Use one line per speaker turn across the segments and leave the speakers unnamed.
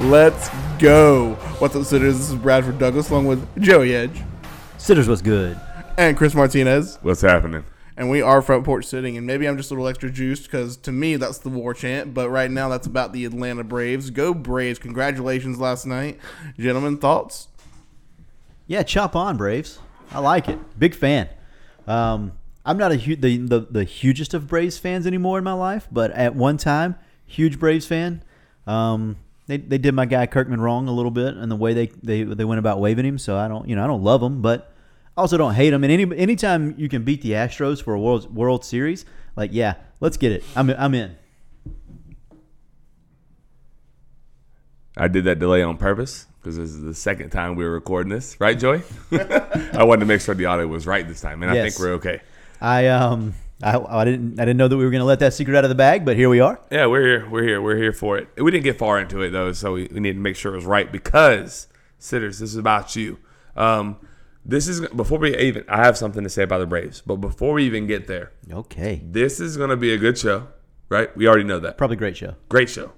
Let's go. What's up, sitters? This is Bradford Douglas along with Joey Edge
Sitters was good.
and Chris Martinez.
What's happening?
And we are front porch sitting. And maybe I'm just a little extra juiced because to me, that's the war chant. But right now, that's about the Atlanta Braves. Go Braves. Congratulations last night. Gentlemen, thoughts?
Yeah, chop on Braves. I like it. Big fan. Um, I'm not a hu- the, the the hugest of Braves fans anymore in my life, but at one time, huge Braves fan. Um, they, they did my guy Kirkman wrong a little bit in the way they, they they went about waving him. So I don't you know I don't love him, but I also don't hate him. And any anytime you can beat the Astros for a World World Series, like yeah, let's get it. I'm I'm in.
I did that delay on purpose because this is the second time we were recording this, right, Joy? I wanted to make sure the audio was right this time, and I
Yes.
think we're okay.
I um I, I didn't I didn't know that we were gonna let that secret out of the bag, but here we are.
Yeah, we're here. We're here. We're here for it. We didn't get far into it though, so we, we need to make sure it was right because sitters, this is about you. Um, this is before we even. I have something to say about the Braves, but before we even get there,
Okay,
this is going to be a good show, right? We already know that.
probably great show.
Great show.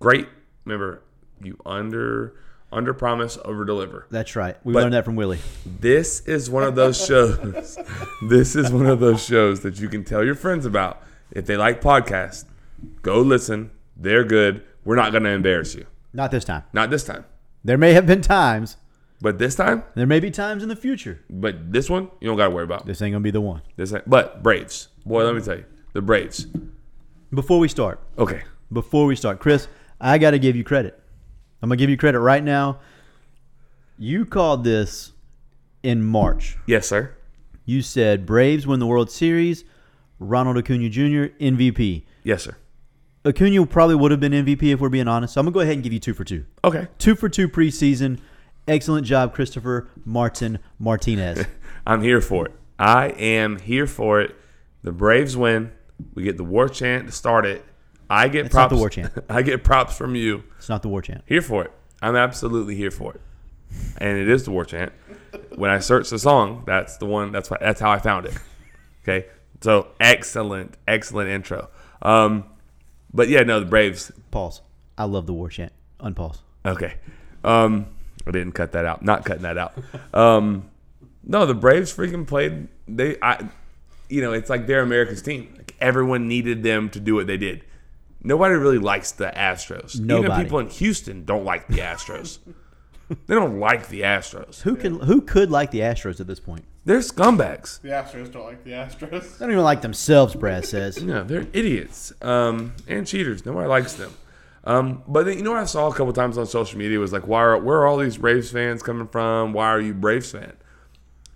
Great. Remember, you under under promise, over deliver.
That's right. We
But-
learned that from Willie.
This is one of those shows. this is one of those shows that you can tell your friends about. If they like podcasts, go listen. They're good. We're not going to embarrass you.
Not this time.
Not this time.
There may have been times.
But this time,
There may be times in the future.
but this one, you don't got to worry about.
This ain't gonna be the one.
This ain't, but Braves. Boy, let me tell you. The Braves.
Before we start,
Okay.
before we start, Chris, I gotta give you credit. I'm gonna give you credit right now. You called this in March.
Yes, sir.
You said Braves win the World Series. Ronald Acuna Jr. MVP.
Yes, sir.
Acuna probably would have been MVP if we're being honest. So I'm gonna go ahead and give you two for two.
Okay.
Two for two preseason. Excellent job, Christopher Martin Martinez.
I'm here for it. I am here for it. The Braves win. We get the war chant to start it. I get
It's not
props.
the war chant.
I get props from you.
it's not the war chant.
Here for it. I'm absolutely here for it. And it is the war chant. When I searched the song, that's the one. That's why. That's how I found it. Okay. So excellent, excellent intro. Um, but yeah, no, the Braves.
Pause. I love the war chant. Unpause.
Okay. Um, I didn't cut that out. Not cutting that out. Um, no, the Braves freaking played. They, I, you know, it's like they're America's team. Like everyone needed them to do what they did. Nobody really likes the Astros. Even
Nobody.
people in Houston don't like the Astros. they don't like the Astros.
Who can who could like the Astros at this point?
They're scumbags.
The Astros don't like the Astros.
They don't even like themselves, Brad says.
No, they're idiots um, and cheaters. Nobody likes them. Um, but then, you know what I saw a couple times on social media was like, why are where are all these Braves fans coming from? Why are you Braves fan?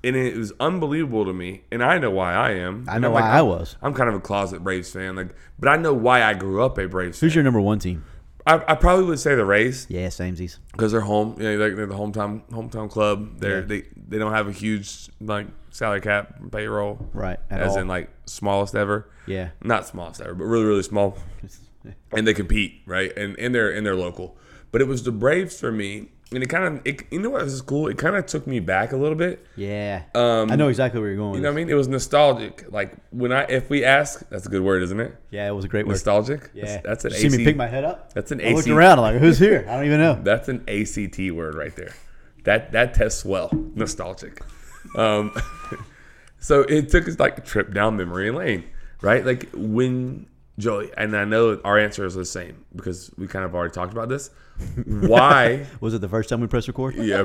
And it was unbelievable to me, and I know why I am.
I
And
know
I'm
why
like,
I
I'm-
was.
I'm kind of a closet Braves fan, like, but I know why I grew up a Braves fan.
Who's your number one team?
I, I probably would say the Rays
Yeah, samesies.
because they're home. You know, they're, they're the hometown hometown club. They are
Yeah.
they they don't have a huge like salary cap payroll,
Right, at
as
all.
in like smallest ever.
Yeah.
not smallest ever, but really really small. and they compete right, and and they're and they're local. But it was the Braves for me, and it kind of it, you know what was cool. It kind of took me back a little bit.
Yeah.
Um,
I know exactly where you're going with
You know what I
this.
mean? It was nostalgic. Like when I if we ask, that's a good word, isn't it?
Yeah, it was a great word.
Nostalgic.
Yeah.
that's, that's an
You see
AC.
me pick my head up?
that's an
I looked
AC.
around. I'm like, who's here? I don't even know.
That's an ACT word right there. That that tests well. Nostalgic. Um, so it took us like a trip down memory lane, right? Like when Joey and I know our answer is the same because we kind of already talked about this. Why?
Was it the first time we pressed record?
yeah,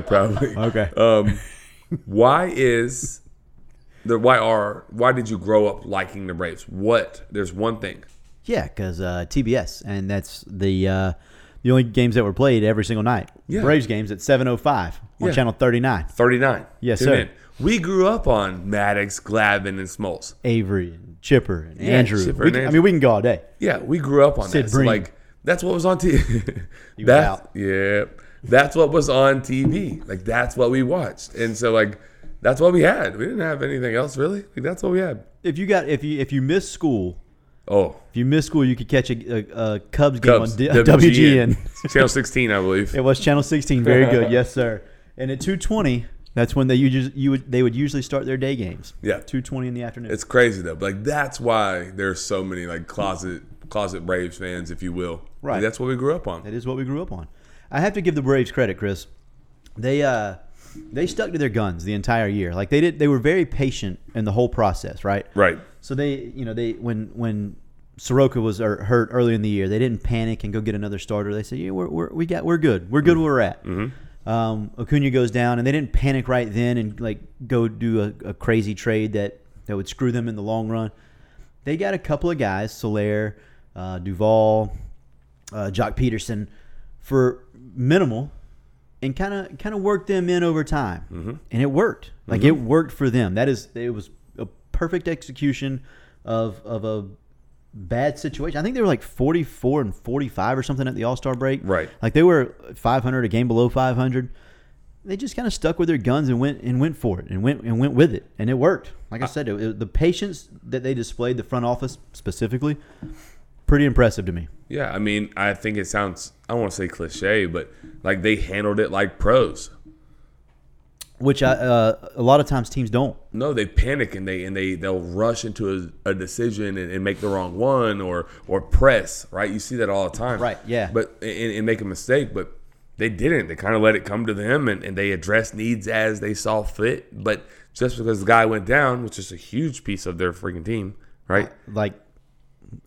probably.
Okay.
Um, why is the why are why did you grow up liking the Braves? What? There's one thing.
Yeah, because uh, TBS, and that's the uh, the only games that were played every single night.
Yeah.
Braves games at 7:05 on
Yeah.
channel 39.
39.
Yes,
Tune
sir.
in. We grew up on Maddox, Glavin, and Smoltz.
Avery and Chipper and
Yeah,
Andrew.
Chipper
We
and
can- I
Andrew.
mean, we can go all day.
Yeah, we grew up on
Sid
that. So
Bream.
like that's what was on TV.
was
that's
out.
yeah, that's what was on TV. Like that's what we watched, and so like that's what we had. We didn't have anything else really. Like that's what we had.
If you got if you if you miss school,
Oh,
if you miss school, you could catch a, a, a Cubs game
Cubs,
on D- WGN.
Channel 16, I believe.
It was Channel 16. Very good, yes sir. And at 2:20, that's when they usually you would, they would usually start their day games.
Yeah.
2:20 in the afternoon.
It's crazy though. But like that's why there's so many like closet closet Braves fans, if you will. Like,
Right.
that's what we grew up on.
that is what we grew up on. I have to give the Braves credit, Chris. They uh, they stuck to their guns the entire year. Like they did, they were very patient in the whole process, right?
Right.
So they, you know, they when when Soroka was er- hurt early in the year, they didn't panic and go get another starter. They said, "Yeah, we're, we're we got we're good. We're good where we're at." Um, Acuna goes down, and they didn't panic right then and like go do a, a crazy trade that that would screw them in the long run. They got a couple of guys, Solaire, uh, Duvall, uh, Jock Peterson, for minimal, and kind of kind of worked them in over time, and it worked. Like it worked for them. That is, it was a perfect execution of of a bad situation. I think they were like 44 and 45 or something at the All Star break.
Right.
Like they were 500, a game below 500. They just kind of stuck with their guns and went and went for it and went and went with it, and it worked. Like I said, it, it- the patience that they displayed, the front office specifically, pretty impressive to me.
Yeah, I mean, I think it sounds I don't want to say cliche, but like they handled it like pros.
Which I, uh, a lot of times teams don't.
No, they panic and they and they they'll rush into a, a decision and, and make the wrong one or or press right. You see that all the time.
Right, yeah.
But and, and make a mistake, but they didn't. They kind of let it come to them and, and they addressed needs as they saw fit. But just because the guy went down, which is a huge piece of their freaking team, right?
Like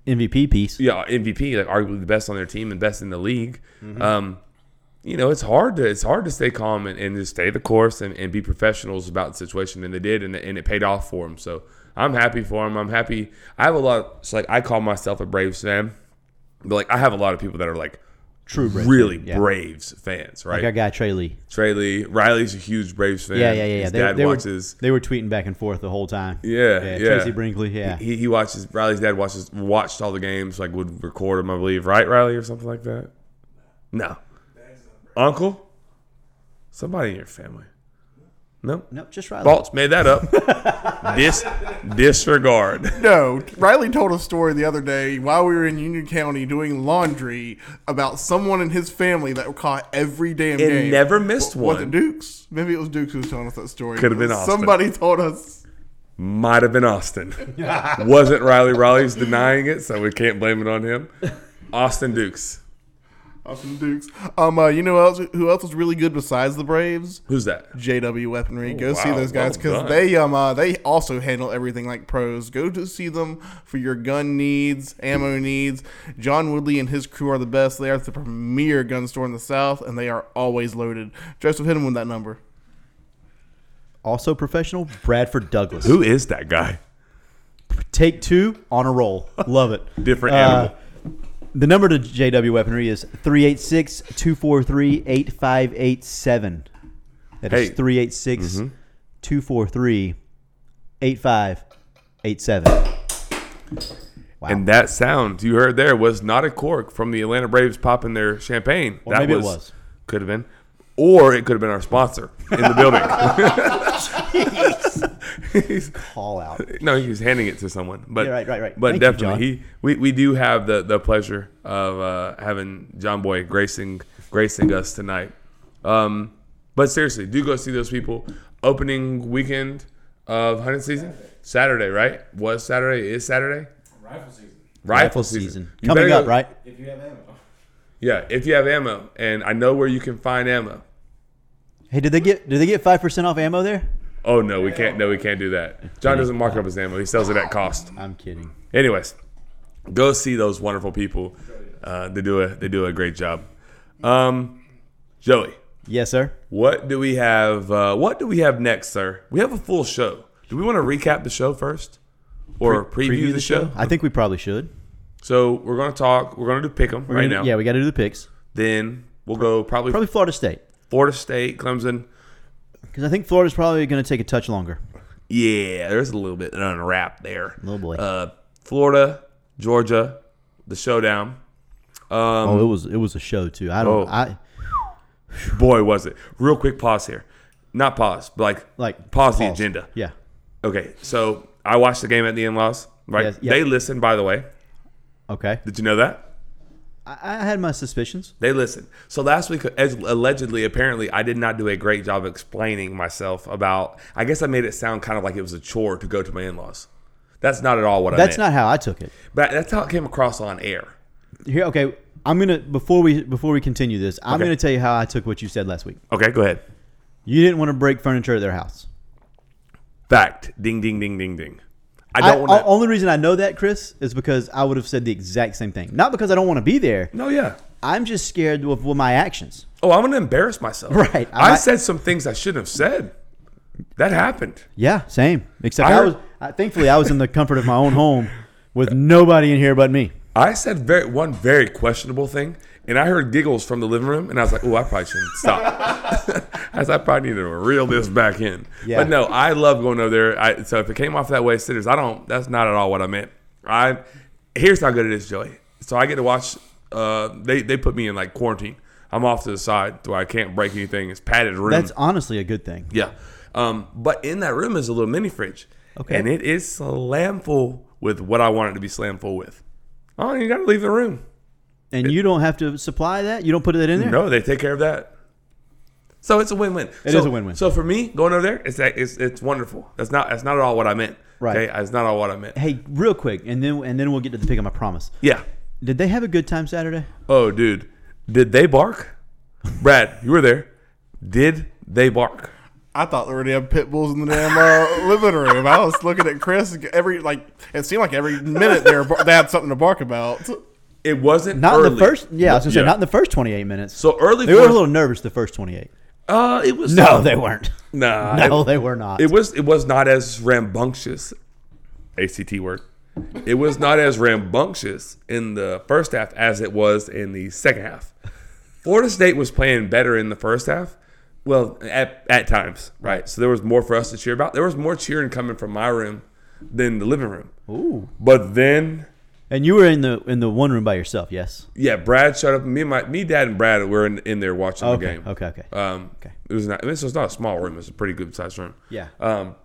MVP piece.
yeah, MVP, like arguably the best on their team and best in the league.
Mm-hmm.
Um, you know, it's hard to it's hard to stay calm and, and just stay the course and, and be professionals about the situation, and they did, and, and it paid off for them. So I'm happy for them. I'm happy. I have a lot. It's like I call myself a Braves fan, but like I have a lot of people that are like
True Braves
really
fan, yeah.
Braves fans, right?
Like our guy Trey Lee.
Trey Lee, Riley's a huge Braves fan.
Yeah, yeah, yeah. yeah.
His dad
were-
watches.
they Were, tweeting back and forth the whole time.
Yeah, yeah.
Tracy Brinkley. Yeah.
He, he watches Riley's dad watches watched all the games like would record them I believe right Riley or something like that. No, uncle, somebody in your family. No,
no, just Riley.
Baltz made that up. Dis disregard.
No, Riley told a story the other day while we were in Union County doing laundry about someone in his family that caught every damn
It
game.
never missed
was it
one.
Dukes? Maybe it was Dukes who was telling us that story.
Could've been Austin.
somebody told us.
Might have been Austin. Wasn't Riley? Riley's denying it, so we can't blame it on him. Austin Dukes.
Austin Dukes. Um, uh, you know else, who else was really good besides the Braves?
Who's that?
JW Weaponry. Go see
wow.
those guys because
Well done.
they um uh, they also handle everything like pros. Go to see them for your gun needs, ammo needs. John Woodley and his crew are the best. They are the premier gun store in the South, and they are always loaded. Joseph, hit him with that number.
also professional, Bradford Douglas.
Who is that guy?
Take two on a roll. Love it.
Different
Uh,
animal.
the number to JW Weaponry is 386 243 8587. That is
Hey. Mm-hmm.
386 243 8587.
And that sound you heard there was not a cork from the Atlanta Braves popping their champagne.
Well,
that
maybe it was.
Could have been. Or it could have been our sponsor in the building. He's-
All out.
no, he was handing it to someone. But
Yeah, right, right, right.
But
Thank you,
definitely,
John.
he we, we do have the, the pleasure of uh, having John Boy gracing gracing us tonight. Um, but seriously, do go see those people. Opening weekend of hunting season Saturday, right? Was Saturday? Is Saturday?
Rifle season.
Rifle season. Coming
better
up,
go-
right?
If you have ammo.
Yeah, if you have ammo, and I know where you can find ammo.
Hey, did they get did they get 5% off ammo there?
Oh no, we can't. No, we can't do that. John doesn't mark up his ammo; he sells it at cost.
I'm kidding.
Anyways, go see those wonderful people. Uh, they do a they do a great job. Um, Joey,
Yes, sir.
what do we have? Uh, what do we have next, sir? We have a full show. Do we want to recap the show first, or preview, the, show?
I think we probably should.
So we're gonna talk. We're gonna do pick 'em right now.
Yeah, we got to do the picks.
Then we'll go probably,
Probably Florida State
Florida State, Clemson.
because I think Florida's probably going to take a touch longer.
Yeah, there's a little bit of unwrap there.
Oh, boy.
Uh, Florida, Georgia, the showdown.
oh, it was it was a show too. I don't.
Um, Oh.
I
Boy, was it. Real quick pause here. Not pause, but like,
like
pause, the agenda.
Yeah,
Okay, so I watched the game at the in laws, right?
Yes, yeah.
They listened, by the way.
okay.
Did you know that?
I, I had my suspicions.
They listened. So last week, as allegedly, apparently, I did not do a great job explaining myself about. I guess I made it sound kind of like it was a chore to go to my in laws. That's not at all what I
That's not
meant.
how I took it.
But that's how it came across on air.
Here, okay. I'm gonna before we before we continue this, I'm
Okay.
gonna tell you how I took what you said last week.
Okay, go ahead.
You didn't want to break furniture at their house.
Fact. Ding, ding, ding, ding, ding. I
I, oh,
don't want to.
only reason I know that, Chris, is because I would have said the exact same thing. Not because I don't want to be there.
No, yeah.
I'm just scared of with my actions.
Oh, I'm going to embarrass myself.
Right.
I,
I-
said some things I shouldn't have said. That happened.
Yeah, same. Except
I
I,
heard-
was I, thankfully I was in the comfort of my own home with nobody in here but me.
I said very one very questionable thing, and I heard giggles from the living room, and I was like, "Oh, I probably shouldn't stop." I said, "I probably need to reel this back in."
Yeah.
But no, I love going over there. I, so if it came off that way, sitters, I don't. That's not at all what I meant. I here's how good it is, Joey. So I get to watch. Uh, they they put me in like quarantine. I'm off to the side where I can't break anything. It's padded room.
That's honestly a good thing.
Yeah. Um, but in that room is a little mini fridge.
Okay.
And it is slam full with what I want it to be slam full with. Oh, you got to leave the room.
And you don't have to supply that. You don't put that in there.
No, they take care of that. So it's a win-win. It
It
is so,
is a win-win.
So for me, going over there, it's it's, it's wonderful. That's not that's not at all what I meant.
Right.
Okay? That's not all what I meant.
Hey, real quick, and then and then we'll get to the pick. I promise.
Yeah.
Did they have a good time Saturday?
Oh, dude, did they bark? Brad, you were there. Did they bark?
I thought there were damn pit bulls in the damn uh, living room. I was looking at Chris every like. It seemed like every minute they, were, bar- they had something to bark about.
It wasn't
Not in
early.
the first. Yeah, I was gonna say
Yeah.
not in the first 28 minutes.
So early.
they were a
fourth-
little nervous the first 28.
Uh, it was
No, they weren't.
Nah,
No,
it-
they were not.
It was it was not as rambunctious. ACT word. It was not as rambunctious in the first half as it was in the second half. Florida State was playing better in the first half. Well, at, at times, right? So there was more for us to cheer about. There was more cheering coming from my room than the living room.
Ooh.
But then,
And you were in the in the one room by yourself. Yes.
yeah, Brad showed up. Me, and my, me, Dad, and Brad were in, in there watching
Okay.
the game.
Okay. Okay.
Um,
Okay.
It was not. This was not a small room. It's a pretty good sized room.
Yeah.
Um,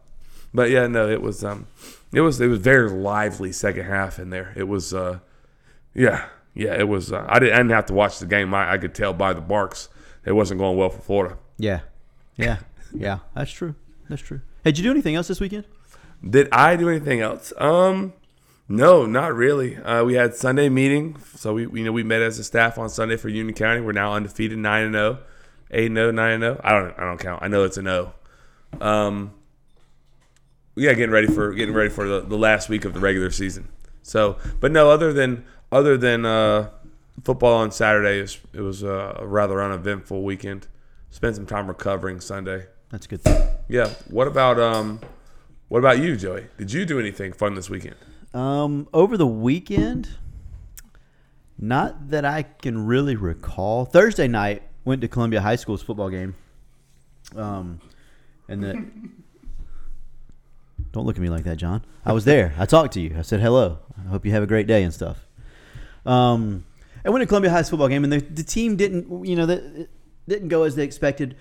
but yeah, no, it was um, it was it was very lively second half in there. It was uh, yeah, yeah, it was. Uh, I didn't I didn't have to watch the game. I, I could tell by the barks it wasn't going well for Florida.
yeah. Yeah. Yeah. That's true. That's true. Hey, did you do anything else this weekend?
Did I do anything else? Um, no, not really. Uh, we had Sunday meeting, so we you know we met as a staff on Sunday for Union County. We're now undefeated, nine and 0 8 and 0 9 and 0 I don't I don't count. I know it's a no. Um, yeah, getting ready for getting ready for the, the last week of the regular season. So, but no, other than other than uh, football on Saturday, it was, it was uh, a rather uneventful weekend. Spent some time recovering Sunday.
That's a good. Thing.
Yeah. What about um, what about you, Joey? Did you do anything fun this weekend?
Um, over the weekend, not that I can really recall. Thursday night went to Columbia High School's football game. Um, and the don't look at me like that, John. I was there. I talked to you. I said hello. I hope you have a great day and stuff. Um, I went to Columbia High's football game, and the, the team didn't, you know, the, it didn't go as they expected.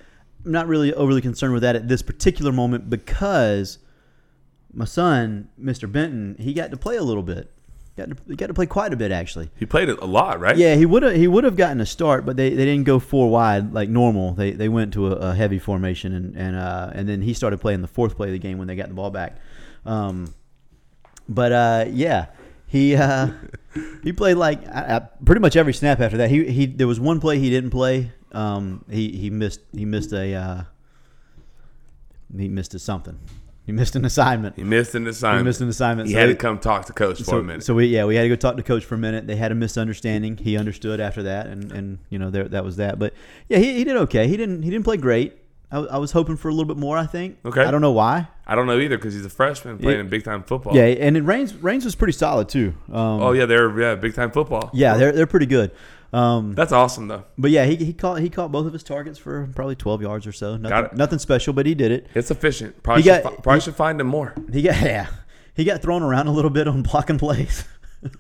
I'm not really overly concerned with that at this particular moment because my son, Mr. Benton, he got to play a little bit. Got to, he got to play quite a bit actually.
He played it a lot, right?
Yeah, he would have he would have gotten a start, but they, they didn't go four wide like normal. They they went to a, a heavy formation and and uh, and then he started playing the fourth play of the game when they got the ball back. Um, but uh, yeah, he uh, he played like I, I, pretty much every snap after that. He he there was one play he didn't play. Um, he he missed he missed a uh, he missed a something. He missed an assignment.
He missed an
He
assignment.
missed an assignment.
He
so
had
he-
to come talk to coach for
so,
a minute.
so we yeah we had to go talk to coach for a minute. They had a misunderstanding. He understood after that, and and you know there that was that. But yeah, he, he did okay. He didn't he didn't play great. I, w- I was hoping for a little bit more. I think.
Okay.
I don't know why.
I don't know either because he's a freshman playing
Yeah.
in big time football.
Yeah, and it Reigns Reigns was pretty solid too. Um,
Oh yeah, they're yeah big time football.
yeah, they're they're pretty good. Um,
That's awesome though.
but yeah, he, he caught he caught both of his targets for probably twelve yards or so.
Got it.
Nothing, nothing special, but he did it.
It's efficient. Probably,
He
should,
got-
fi- probably should find him more.
He got yeah, he got thrown around a little bit on blocking plays.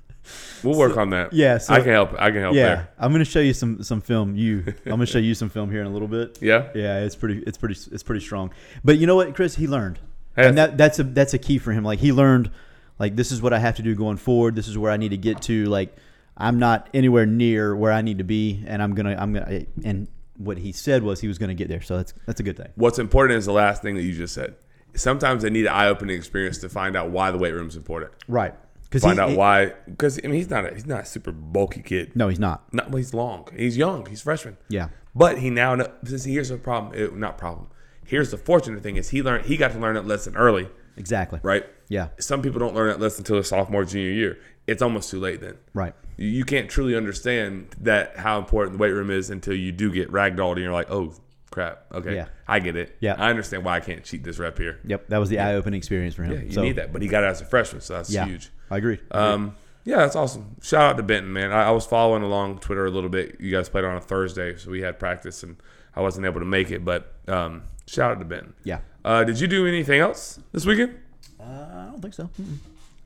We'll work on that.
yeah, so-
I can help. I can help
yeah,
there.
I'm gonna show you some some film. You, I'm gonna show you some film here in a little bit.
Yeah?
yeah, it's pretty, it's pretty, it's pretty strong. But you know what, Chris, he learned,
Hey,
and
that's-
that, that's a that's a key for him. Like he learned, like this is what I have to do going forward. This is where I need to get to. Like I'm not anywhere near where I need to be, and I'm gonna, I'm gonna, and what he said was he was gonna get there. So that's that's a good thing.
What's important is the last thing that you just said. Sometimes they need an eye opening experience to find out why the weight room's important.
Right. 'Cause
Find
he-
out
he-
why. Because I mean, he's not a, he's not a super bulky kid.
No, he's not.
Not well, he's long. He's young. He's freshman.
Yeah.
But he now kn- this here's the problem. eh, not problem. Here's the fortunate thing is he learned he got to learn that lesson early,
Exactly.
right?
Yeah.
Some people don't learn that lesson until their sophomore junior year. It's almost too late then.
Right.
You- You can't truly understand that how important the weight room is until you do get ragdolled and you're like, oh crap, okay,
Yeah.
I get it.
Yeah.
I understand why I can't cheat this rep here.
Yep. That was the eye-opening experience for him.
Yeah, you
so,
need that, but he got it as a freshman, so that's
Yeah.
huge.
I agree.
Um, yeah, that's awesome. Shout out to Benton, man. I, I was following along Twitter a little bit. You guys played on a Thursday, so we had practice, and I wasn't able to make it. But um, shout out to Benton.
Yeah.
Uh, did you do anything else this weekend?
Uh, I don't think so. Mm-mm.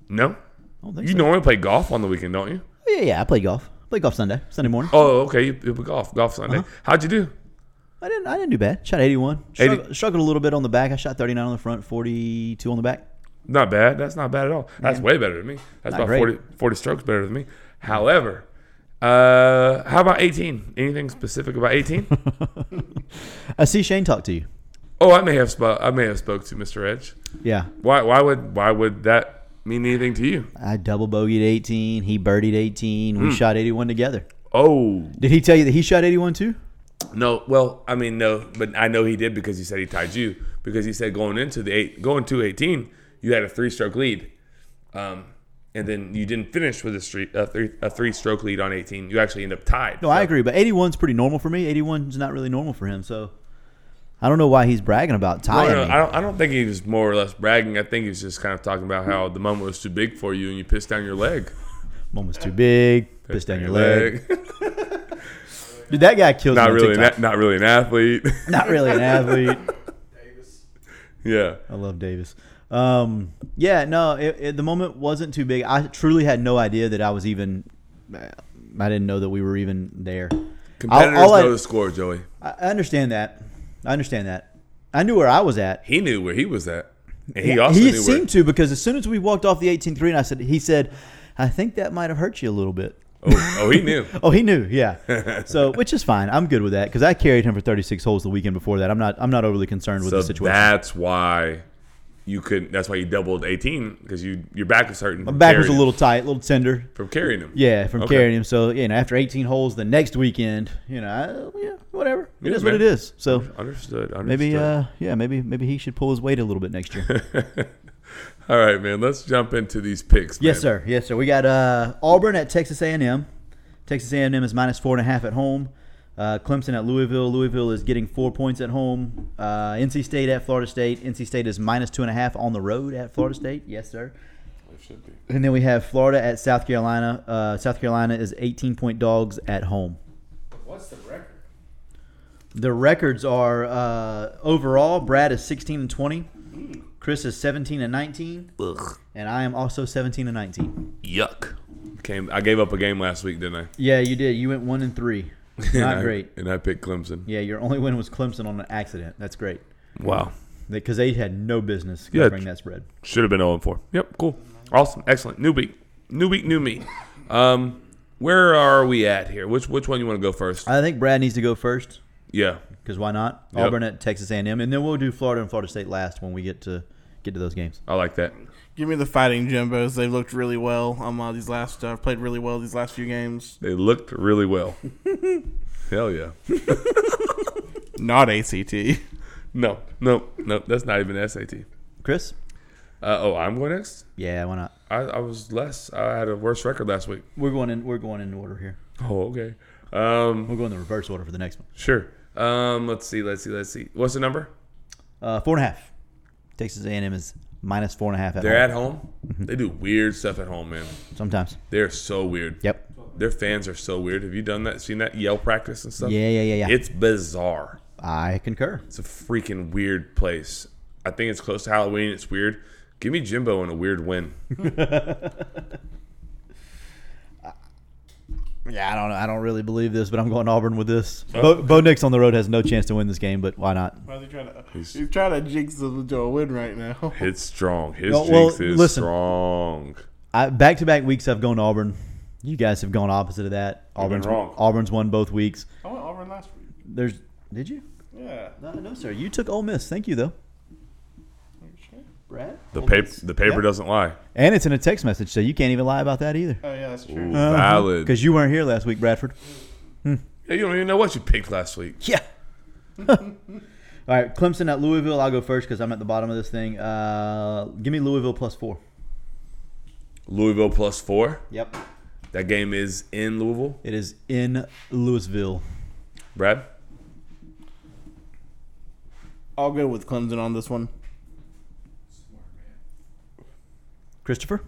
No.
I don't think
You
so.
normally play golf on the weekend, don't you?
Oh, yeah, yeah. I play golf. I play golf Sunday, Sunday morning.
Oh, okay. You, you play golf, golf Sunday.
Uh-huh.
How'd you do?
I didn't. I didn't do bad. Shot 81.
80.
Struggled, struggled a little bit on the back. I shot 39 on the front, 42 on the back.
Not bad. That's not bad at all. That's way better than me. That's
Not
about
great.
40, 40 strokes better than me. However, uh, how about 18? Anything specific about 18?
I Uh, see Shane talk to you.
oh, I may have spoke. I may have spoke to Mr. Edge.
Yeah.
Why? Why would? Why would that mean anything to you?
I double bogeyed 18. He birdied 18.
Hmm.
We shot 81 together.
Oh
Did he tell you that he shot 81 too?
no. Well, I mean no, but I know he did because he said he tied you because he said going into the eight, going to eighteen, you had a three-stroke lead, um, and then you didn't finish with a, street, a three a three-stroke lead on eighteen. You actually end up tied.
No, I agree. But 81's pretty normal for me. 81's not really normal for him. So I don't know why he's bragging about
I
tying.
don't,
me.
know. I, don't, I don't think he was more or less bragging. I think he was just kind of talking about how the moment was too big for you and you pissed down your leg.
Moment's too big. Pissed down your leg. Dude, that guy killed
not
me on
really.
TikTok.
Not, not really an athlete.
not really an athlete.
yeah.
I love Davis. Um, yeah, no, it, it, the moment wasn't too big. I truly had no idea that I was even. I didn't know that we were even there.
Competitors
all I-
know the score, Joey.
I I understand that. I understand that. I knew where I was at.
He knew where he was at, and he also
he
knew where.
seemed to because as soon as we walked off the 18-3 and I said, he said, I think that might have hurt you a little bit.
Oh, oh, he knew.
Oh, he knew, yeah. so, which is fine. I'm good with that because I carried him for 36 holes the weekend before that. I'm not. I'm not overly concerned with
so
the situation.
that's why you couldn't. That's why you doubled eighteen because you your back was hurting. My
Back was a little tight, a little tender.
from carrying him.
Yeah, from
Okay.
carrying him. So you know, after 18 holes the next weekend, you know, I, yeah, whatever. It is
Yeah,
what
man.
it is. So
Understood. understood.
maybe, uh, yeah, maybe maybe he should pull his weight a little bit next year.
All right, man. Let's jump into these picks.
uh, yes,
man.
sir. Yes, sir. We got uh, Auburn at Texas A&M. Texas A&M is minus four and a half at home. Uh, Clemson at Louisville. Louisville is getting four points at home. Uh, NC State at Florida State. NC State is minus two and a half on the road at Florida State. Yes, sir. And then we have Florida at South Carolina. Uh, South Carolina is 18 point dogs at home.
What's the record?
The records are uh, overall Brad is 16 and 20, Chris is 17 and 19,
Ugh,
and I am also 17 and 19.
yuck. Came. I gave up a game last week, didn't I?
Yeah, you did. You went 1 and 3.
And
Not
I-
great.
And I picked Clemson.
Yeah, your only win was Clemson on an accident. That's great.
Wow.
Because they had no business
Yeah.
covering that spread.
Should have been 0 4. Yep, cool. Awesome. Excellent. New week. New week, new me. Um, where are we at here? Which which one you want to go first?
I think Brad needs to go first
Yeah.
because why not?
Yep.
Auburn at Texas A&M, and then we'll do Florida and Florida State last when we get to get to those games.
I like that.
Give me the fighting Jimbos. They've looked really well um, uh, these last uh, played really well these last few games.
They looked really well. Hell yeah.
Not ACT.
No, no, no. That's not even SAT.
Chris?
Uh, oh, I'm going next.
Yeah, why not?
I, I was less. I had a worse record last week.
We're going in. We're going in order here.
Oh, okay. Um,
We're going the reverse order for the next one.
sure. Um, let's see. Let's see. Let's see. What's the number?
Uh, four and a half. Texas A&M is minus four and a half at
They're
home
at home.
Mm-hmm.
They do weird stuff at home, man.
sometimes.
They're so weird.
Yep.
Their fans are so weird. Have you done that? Seen that yell practice and stuff?
Yeah, yeah, yeah, yeah.
It's bizarre.
I concur.
It's a freaking weird place. I think it's close to Halloween. It's weird. Give me Jimbo and a weird win.
Yeah, I don't. I don't really believe this, but I'm going Auburn with this.
Oh.
Bo, Bo Nix on the road has no chance to win this game, but why not?
Why is he trying to? He's, trying to jinx them to a win right now.
It's strong. His
No, well,
jinx is
listen.
strong.
I Back to back weeks, I've gone Auburn. You guys have gone opposite of that.
been
Auburn's
wrong.
Auburn's won both weeks.
I went Auburn last week.
There's. Did you?
Yeah.
No, no, sir. You took Ole Miss. Thank you, though. Right.
The paper, the paper
Oh, yeah.
doesn't lie.
And it's in a text message, so you can't even lie about that either.
Oh yeah, that's
Ooh,
true.
Uh-huh. valid.
Because you weren't here last week, Bradford.
Yeah, you don't even know what you picked last week.
Yeah. All right, Clemson at Louisville. I'll go first because I'm at the bottom of this thing. Uh, give me Louisville plus four.
Louisville plus four.
Yep.
That game is in Louisville.
It is in Louisville.
Brad,
I'll go with Clemson on this one.
Christopher?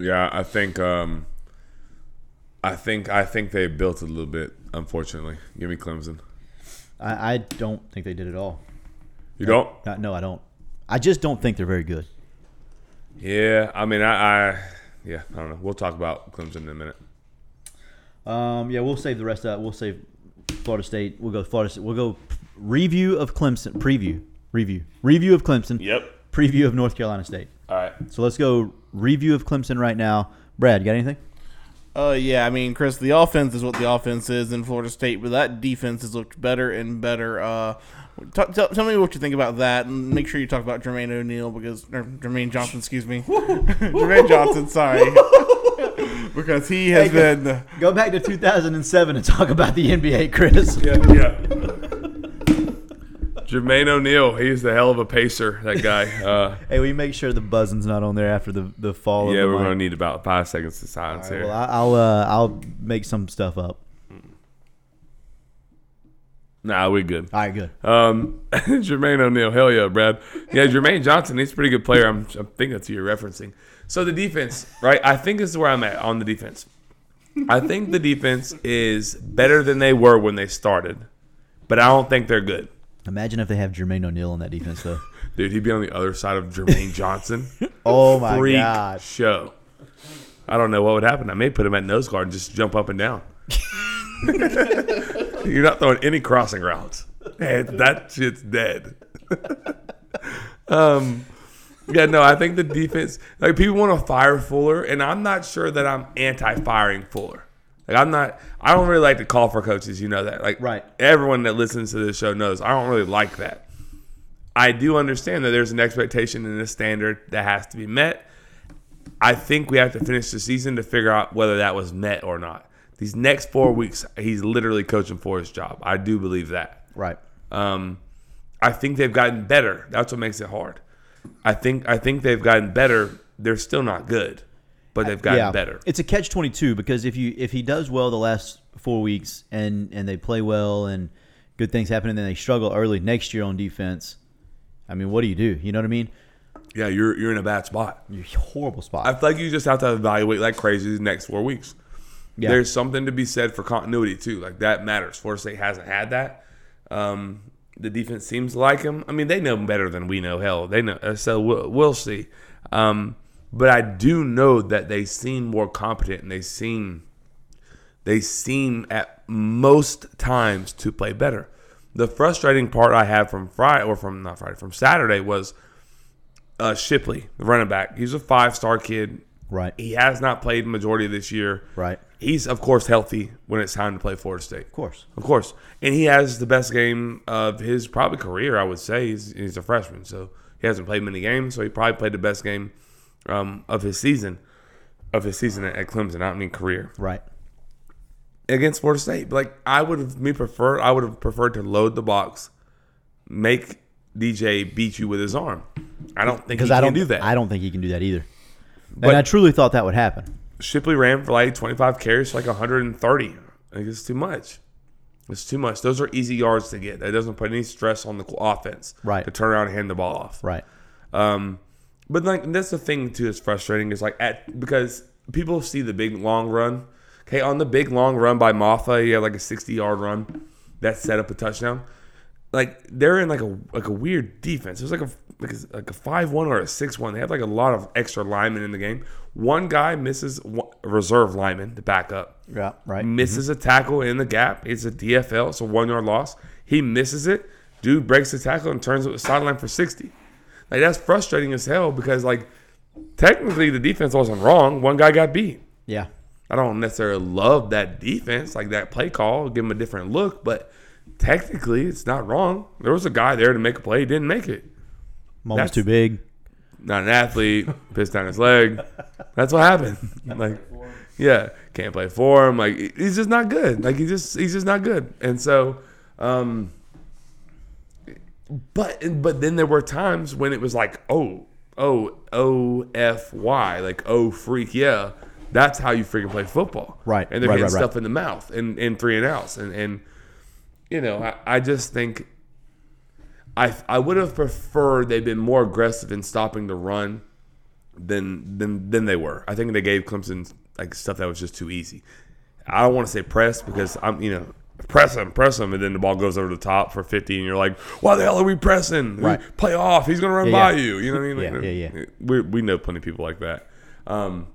Yeah, I think um, I think I think they built a little bit. Unfortunately, give me Clemson.
I, I don't think they did at all.
You don't?
Uh, no, I don't. I just don't think they're very good.
Yeah, I mean, I, I yeah, I don't know. We'll talk about Clemson in a minute.
Um, yeah, we'll save the rest of that. We'll save Florida State. We'll go Florida State. We'll go review of Clemson. Preview. Review. Review of Clemson.
Yep.
Preview of North Carolina State.
All right.
So let's go review of Clemson right now. Brad, you got anything?
Uh, yeah, I mean, Chris, the offense is what the offense is in Florida State, but that defense has looked better and better. Uh, t- t- tell me what you think about that, and make sure you talk about Jermaine O'Neal because or Jermaine Johnson, excuse me, Jermaine Johnson, sorry, because he has
Hey,
been.
Go back to 2007 and talk about the NBA, Chris.
Yeah. yeah. Jermaine O'Neal, he's the hell of a pacer. That guy. Uh,
Hey, we make sure the buzzing's not on there after the the fall.
yeah,
of the
we're
mic.
gonna need about five seconds of silence here.
Well, I, I'll uh, I'll make some stuff up.
nah, we good.
All right, good.
Um, Jermaine O'Neal, hell yeah, Brad. Yeah, Jermaine Johnson, he's a pretty good player. I'm, I think that's who you're referencing. So the defense, right? I think this is where I'm at on the defense. I think the defense is better than they were when they started, but I don't think they're good.
Imagine if they have Jermaine O'Neal on that defense, though.
Dude, he'd be on the other side of Jermaine Johnson.
Oh my
Freak
god!
show. I don't know what would happen. I may put him at nose guard and just jump up and down. You're not throwing any crossing routes. Hey, that shit's dead. um, yeah, no, I think the defense. Like people want to fire Fuller, and I'm not sure that I'm anti-firing Fuller. Like I'm not. I don't really like to call for coaches. You know that. Like
Right.
Everyone that listens to this show knows I don't really like that. I do understand that there's an expectation and a standard that has to be met. I think we have to finish the season to figure out whether that was met or not. These next four weeks, he's literally coaching for his job. I do believe that.
Right.
Um, I think they've gotten better. That's what makes it hard. I think I think they've gotten better. They're still not good, but they've gotten better.
It's a catch twenty two because if you if he does well the last four weeks and and they play well and good things happen and then they struggle early next year on defense, I mean, what do you do? You know what I mean?
Yeah, you're you're in a bad spot.
You're a horrible spot.
I feel like you just have to evaluate like crazy the next four weeks.
yeah.
There's something to be said for continuity too. Like that matters. Florida State hasn't had that. Um, the defense seems to like him. I mean, they know him better than we know. Hell, they know. uh, So we'll, we'll see. Um, but I do know that they seem more competent, and they seem they seem at most times to play better. The frustrating part I had from Friday or from not Friday from Saturday was uh, Shipley, the running back. He's a five star kid.
right.
He has not played majority of this year.
Right.
He's of course healthy when it's time to play Florida State.
Of course.
Of course. And he has the best game of his probably career, I would say. He's, he's a freshman, so he hasn't played many games, so he probably played the best game um, of his season. Of his season at, at Clemson, I don't mean career
Right.
against Florida State. But, Like I would have me preferred I would have preferred to load the box, make DJ beat you with his arm. I don't think he
Because
can
I don't
do that.
I don't think he can do that either.
But-
and I truly thought that would happen.
Shipley ran for like 25 carries, for like 130. I think it's too much. It's too much. Those are easy yards to get. That doesn't put any stress on the offense.
Right.
To turn around and hand the ball off.
Right.
Um, but like that's the thing too. Is frustrating. Is like at because people see the big long run. Okay, on the big long run by Maffa, you have like a 60 yard run that set up a touchdown. Like they're in like a like a weird defense. It was like a like a, like a five one or a six one. They have like a lot of extra linemen in the game. One guy misses one, reserve lineman to back up
Yeah. Right.
misses a tackle in the gap. It's a DFL, it's a one yard loss. He misses it. Dude breaks the tackle and turns it with sideline for 60. Like, that's frustrating as hell because, like, technically the defense wasn't wrong. One guy got beat.
Yeah.
I don't necessarily love that defense, like that play call, give him a different look, but technically it's not wrong. There was a guy there to make a play, he didn't make it.
Mom was
That's-
too big.
Not an athlete. pissed down his leg. That's what happened. Like, yeah, can't play for him. Like he- he's just not good. Like he just he's just not good. And so, um, but but then there were times when it was like, oh oh oh f y like oh freak yeah, that's how you freaking play football.
Right,
And they're
right,
getting
right, right.
stuff in the mouth and and three and outs and and you know I, I just think I I would have preferred they'd been more aggressive in stopping the run than than than they were. I think they gave Clemson like stuff that was just too easy. I don't want to say press because I'm you know press him, press him, and then the ball goes over the top for fifty, and you're like, why the hell are we pressing? We
Right.
play off. He's gonna run
Yeah,
by
yeah.
you. You know what I mean? Like,
Yeah, yeah, yeah.
We we know plenty of people like that. Um,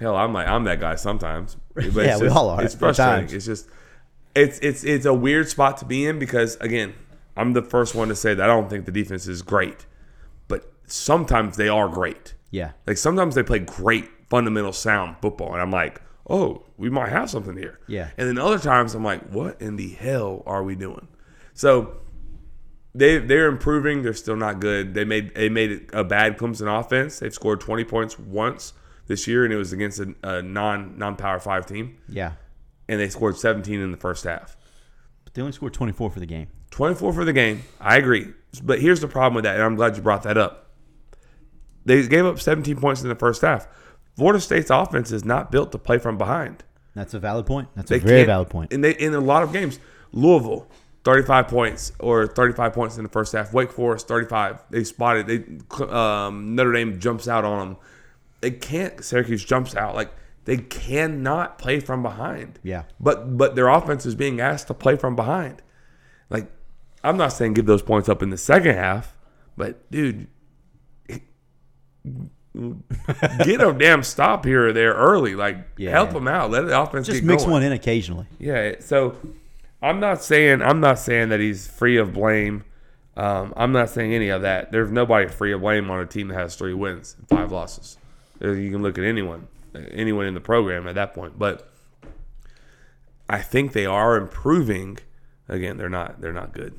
hell, I'm like I'm that guy sometimes. But it's
Yeah, we
just-
all are
It's
at
frustrating.
times.
It's just it's it's it's a weird spot to be in because again, I'm the first one to say that I don't think the defense is great, but sometimes they are great.
Yeah.
Like sometimes they play great fundamental sound football, and I'm like, oh, we might have something here.
Yeah.
And then other times I'm like, what in the hell are we doing? So they they're improving. They're still not good. They made they made it a bad Clemson offense. They've scored 20 points once this year, and it was against a, a non non Power Five team,
Yeah.
and they scored 17 in the first half.
But they only scored 24 for the game.
24 for the game. I agree. But here's the problem with that, and I'm glad you brought that up. They gave up 17 points in the first half. Florida State's offense is not built to play from behind.
That's a valid point. That's
They
a very
can't-
valid point.
And they in a lot of games, Louisville, 35 points or 35 points in the first half. Wake Forest, 35. They spotted. They um, Notre Dame jumps out on them. They can't. Syracuse jumps out. Like they cannot play from behind.
Yeah.
But but their offense is being asked to play from behind. Like I'm not saying give those points up in the second half, but dude, get a damn stop here or there early. Like
Yeah.
help them out. Let the offense
Just
get
mix
going.
one in occasionally.
Yeah, it- so I'm not saying I'm not saying that he's free of blame. Um, I'm not saying any of that. There's nobody free of blame on a team that has three wins and five losses. Uh, You can look at anyone, uh, anyone in the program at that point. But I think they are improving. Again, they're not. They're not good.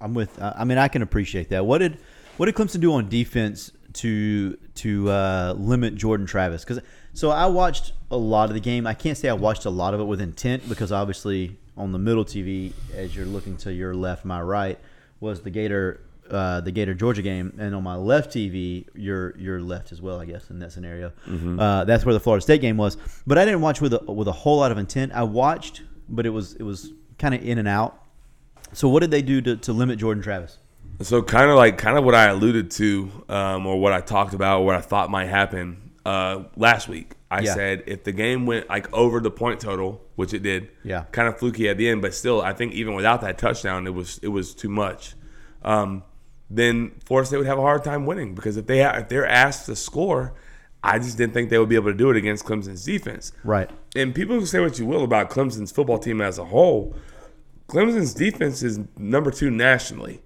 I'm with. I I mean, I can appreciate that. What did what did Clemson do on defense to to uh, limit Jordan Travis? Because so I watched a lot of the game. I can't say I watched a lot of it with intent because obviously on the middle TV, as you're looking to your left, my right was the Gator uh, the Gator Georgia game, and on my left TV, your your left as well, I guess in that scenario. Uh, that's where the Florida State game was. But I didn't watch with a, with a whole lot of intent. I watched, but it was it was kind of in and out. So what did they do to, to limit Jordan Travis?
So kind of like kind of what I alluded to, um, or what I talked about, what I thought might happen uh, last week. I
Yeah.
said if the game went like over the point total, which it did,
Yeah.
kind of fluky at the end, but still, I think even without that touchdown, it was it was too much. Um, then Florida State would have a hard time winning because if they ha- if they're asked to score, I just didn't think they would be able to do it against Clemson's defense.
Right.
And people can say what you will about Clemson's football team as a whole. Clemson's defense is number two nationally,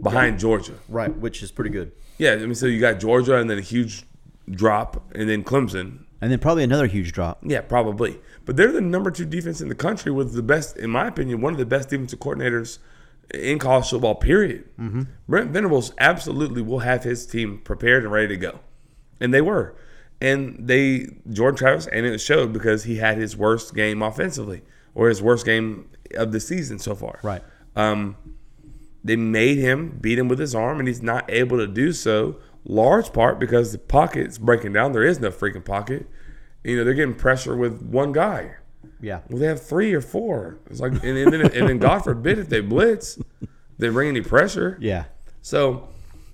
behind Georgia.
Right, which is pretty good.
Yeah, I mean, so you got Georgia and then a huge drop, and then Clemson.
And then probably another huge drop.
Yeah, probably. But they're the number two defense in the country with the best, in my opinion, one of the best defensive coordinators in college football, period. Brent Venables absolutely will have his team prepared and ready to go. And they were. And they, Jordan Travis, and it showed because he had his worst game offensively or his worst game of the season so far.
Right.
Um, they made him beat him with his arm, and he's not able to do so. Large part because the pocket's breaking down. There is no freaking pocket. You know they're getting pressure with one guy.
Yeah.
Well, they have three or four. It's like, and, and then and then God forbid if they blitz, they bring any pressure.
Yeah.
So,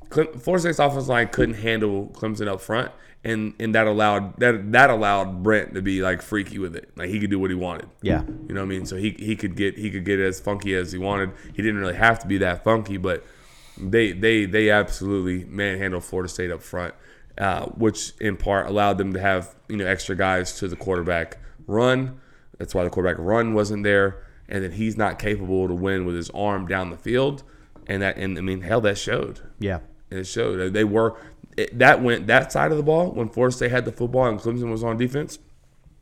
Clem, Florida State's offensive line couldn't handle Clemson up front, and and that allowed that that allowed Brent to be like freaky with it. Like he could do what he wanted.
Yeah.
You know what I mean? So he he could get he could get as funky as he wanted. He didn't really have to be that funky, but they they they absolutely manhandled Florida State up front, uh, which in part allowed them to have you know extra guys to the quarterback run. That's why the quarterback run wasn't there, and then he's not capable to win with his arm down the field, and that and I mean hell that showed.
Yeah.
And it showed they were it, that went that side of the ball when Florida State had the football and Clemson was on defense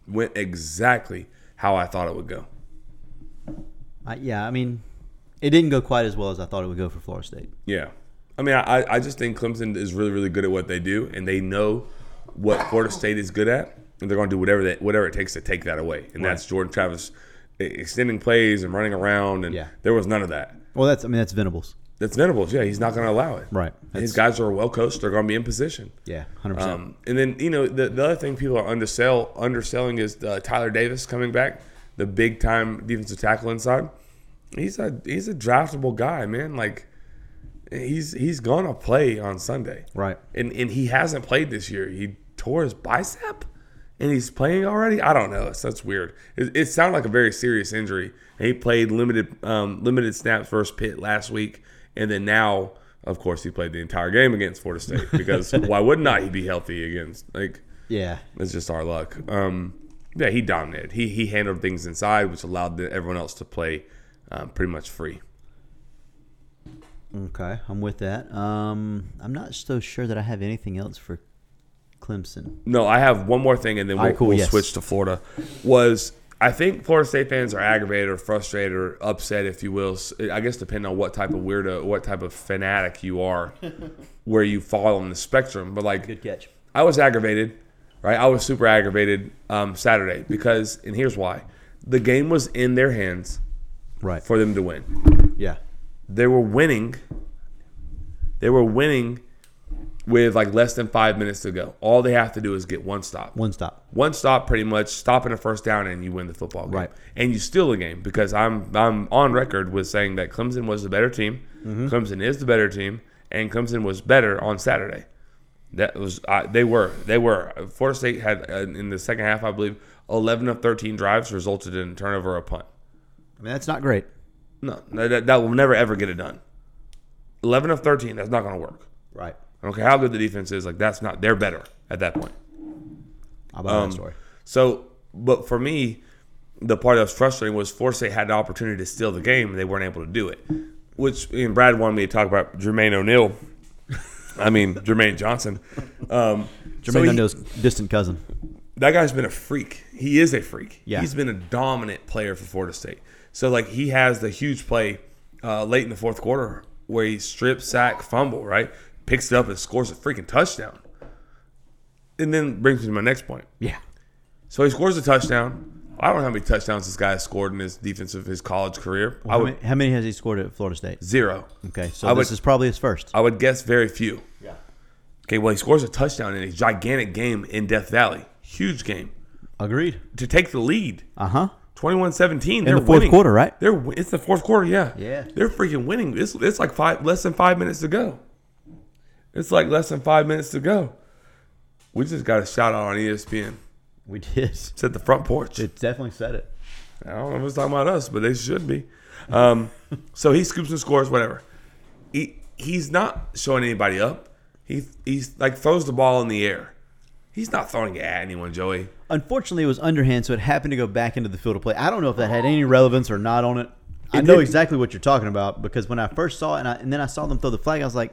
went exactly how I thought it would go.
I, yeah, I mean, it didn't go quite as well as I thought it would go for Florida State.
Yeah. I mean, I, I just think Clemson is really, really good at what they do, and they know what Florida State is good at, and they're going to do whatever that whatever it takes to take that away. And that's Jordan Travis e- extending plays and running around, and
Yeah.
there was none of that.
Well, that's I mean that's Venables.
That's Venables. Yeah, he's not going to allow it.
Right.
His guys are well coached. They're going to be in position.
Yeah, hundred percent.
Um, and then you know the, the other thing people are undersell underselling is uh, Tyler Davis coming back, the big time defensive tackle inside. He's a he's a draftable guy, man. Like he's he's gonna play on Sunday,
Right.
And and he hasn't played this year. He tore his bicep, and he's playing already. I don't know. It's, that's weird. It, it sounded like a very serious injury. And he played limited um, limited snaps versus Pitt last week, and then now, of course, he played the entire game against Florida State because why would not he be healthy against like
Yeah,
it's just our luck. Um, yeah, he dominated. He he handled things inside, which allowed the, everyone else to play um, pretty much free.
Okay, I'm with that. Um, I'm not so sure that I have anything else for Clemson.
No, I have one more thing, and then we'll,
right, cool,
we'll
yes.
switch to Florida. Was I think Florida State fans are aggravated or frustrated or upset, if you will. S- I guess depending on what type of weirdo, what type of fanatic you are, where you fall on the spectrum. But like,
Good catch.
I was aggravated, right? I was super aggravated um, Saturday because, and here's why: the game was in their hands
Right.
for them to win.
yeah.
they were winning. They were winning with like less than five minutes to go. All they have to do is get one stop.
One stop.
One stop, pretty much, stopping a first down, and you win the football game,
Right.
and you steal the game because I'm I'm on record with saying that Clemson was the better team. Clemson is the better team, and Clemson was better on Saturday. That was I they were they were Florida State had uh, in the second half, I believe, eleven of thirteen drives resulted in a turnover or a punt.
I mean, that's not great.
No, no, that, that will never ever get it done. Eleven of thirteen, that's not going to work.
Right.
I don't care how good the defense is. Like that's not. They're better at that point.
How about
Um,
that story?
So, but for me, the part that was frustrating was Florida State had the opportunity to steal the game and they weren't able to do it. Which and Brad wanted me to talk about Jermaine O'Neal. I mean Jermaine Johnson. Um,
Jermaine
so he-
O'Neal's distant cousin.
that guy's been a freak. He is a freak.
Yeah.
He's been a dominant player for Florida State. So like he has the huge play uh, late in the fourth quarter where he strip sack fumble right, picks it up and scores a freaking touchdown. And then brings me to my next point.
Yeah.
So he scores a touchdown. I don't know how many touchdowns this guy has scored in his defensive his college career. I
How,
would
many, how many has he scored at Florida State?
zero.
Okay, so
I
this
would-
is probably his first.
I would guess very few. Yeah. Okay. Well, he scores a touchdown in a gigantic game in Death Valley. Huge game
Agreed.
to take the lead.
Uh huh.
21-17 in
the fourth quarter, right?
They're wi- it's the fourth quarter, yeah.
Yeah.
They're freaking winning. It's it's like five less than 5 minutes to go. It's like less than 5 minutes to go. We just got a shout out on E ESPN.
We did.
It's at the front porch.
It definitely said it.
I don't know if it's talking about us, but they should be. Um, so he scoops and scores, whatever. He he's not showing anybody up. He he's like throws the ball in the air. He's not throwing it at anyone, Joey.
Unfortunately, it was underhand, so it happened to go back into the field of play. I don't know if that had any relevance or not on it. I
It
know
didn't.
exactly what you're talking about because when I first saw it, and, I, and then I saw them throw the flag, I was like,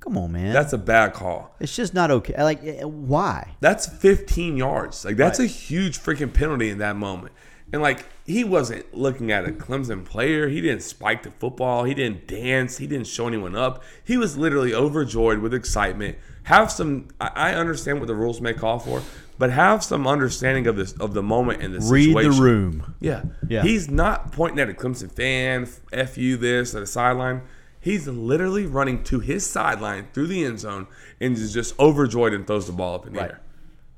"Come on, man!
That's a bad call.
it's just not okay. Like, eh, why?
That's 15 yards. Like that's
Right.
a huge freaking penalty in that moment. And like he wasn't looking at a Clemson player. He didn't spike the football. He didn't dance. He didn't show anyone up. He was literally overjoyed with excitement. Have some. I, I understand what the rules may call for, but have some understanding of this of the moment and the
Read
situation.
the room.
Yeah.
Yeah.
He's not pointing at a Clemson fan, F you this, at a sideline. He's literally running to his sideline through the end zone and is just overjoyed and throws the ball up in the
Right.
air.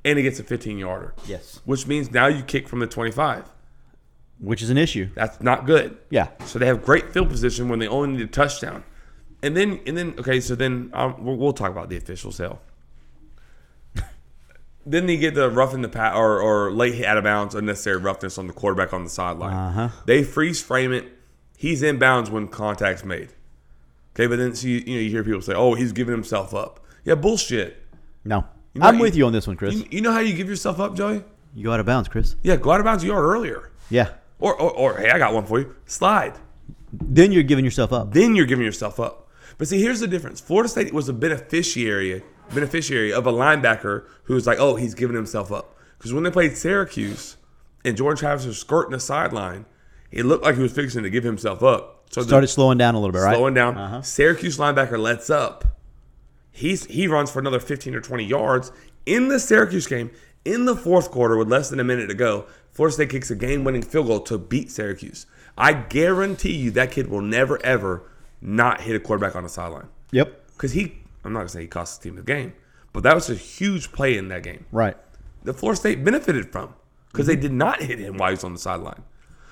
And he gets a 15 yarder.
Yes.
Which means now you kick from the 25.
Which is an issue.
That's not good.
Yeah.
So they have great field position when they only need a touchdown. And then, and then, okay, so then um, we'll, we'll talk about the officials' hell. then they get the roughing the pat or, or late hit out of bounds, unnecessary roughness on the quarterback on the sideline.
Uh-huh.
They freeze frame it. He's in bounds when contact's made. Okay, but then so you, you know you hear people say, "Oh, he's giving himself up." Yeah, bullshit.
No,
know,
I'm
you-
with you on this one, Chris.
You,
You,
you know how you give yourself up, Joey?
go out of bounds, Chris.
Yeah, go out of bounds a yard earlier.
Yeah.
Or, or, or hey, I got one for you. Slide.
Then you're giving yourself up.
then you're giving yourself up. But see, here's the difference. Florida State was a beneficiary beneficiary of a linebacker who was like, oh, he's giving himself up. Because when they played Syracuse and Jordan Travis was skirting the sideline, it looked like he was fixing to give himself up. So the-
Started slowing down a little bit, right?
slowing down. Syracuse linebacker lets up. He's he runs for another 15 or 20 yards in the Syracuse game in the fourth quarter with less than a minute to go. Florida State kicks a game-winning field goal to beat Syracuse. I guarantee you that kid will never ever not hit a quarterback on the sideline
Yep.
because he. I'm not gonna say he cost his team the game, but that was a huge play in that game
Right.
that Florida State benefited from because they did not hit him while he was on the sideline.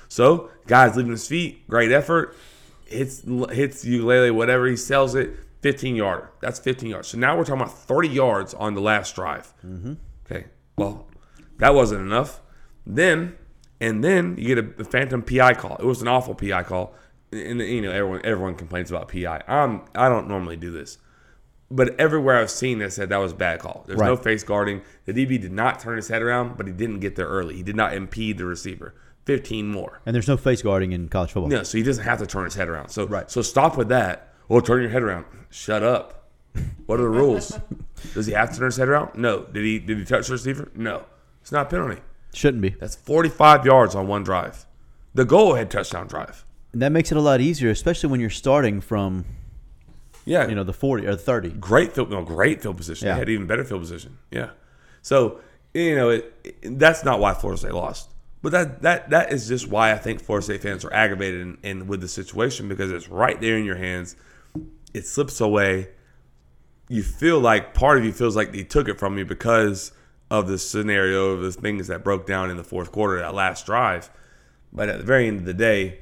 So, guys leaving his feet, great effort. Hits hits ukulele, whatever he sells it, 15 yarder. That's 15 yards. So now we're talking about 30 yards on the last drive. Okay, well, that wasn't enough. Then and then you get a, a phantom PI call. It was an awful PI call, and, and, you know everyone everyone complains about PI. I'm I don't normally do this, but everywhere I've seen that said that was a bad call. There's no
Right.
face guarding. The DB did not turn his head around, but he didn't get there early. He did not impede the receiver. 15 more.
And there's no face guarding in college football.
No, so he doesn't have to turn his head around. So
Right.
so stop with that. Well, turn your head around. Shut up. What are the rules? Does he have to turn his head around? No. Did he did he touch the receiver? No. It's not a penalty.
Shouldn't be.
That's 45 yards on one drive. The goal had touchdown drive.
And that makes it a lot easier, especially when you're starting from
Yeah.
you know the 40 or the 30.
great field, no, great field position.
Yeah.
They had even better field position. Yeah. So you know it, it- that's not why Florida State lost, but that that that is just why I think Florida State fans are aggravated and, and with the situation because it's right there in your hands. It slips away. You feel like part of you feels like they took it from you because of the scenario of the things that broke down in the fourth quarter, that last drive. But at the very end of the day,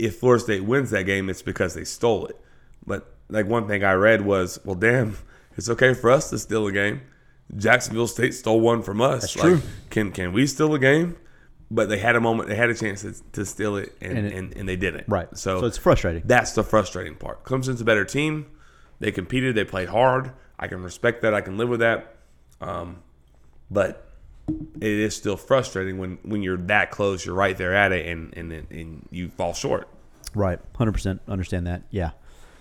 if Florida State wins that game, it's because they stole it. But like one thing I read was, well, damn, it's okay for us to steal a game. Jacksonville State stole one from us. That's
true.
Can can we steal a game? But they had a moment, they had a chance to, to steal it, and
And
and,
it-
and, they didn't.
Right.
So,
so it's frustrating.
that's the frustrating part. Clemson's a better team. They competed. They played hard. I can respect that. I can live with that. Um, but it is still frustrating when, when you're that close. You're right there at it, and and and you fall short.
Right. 100% understand that. Yeah.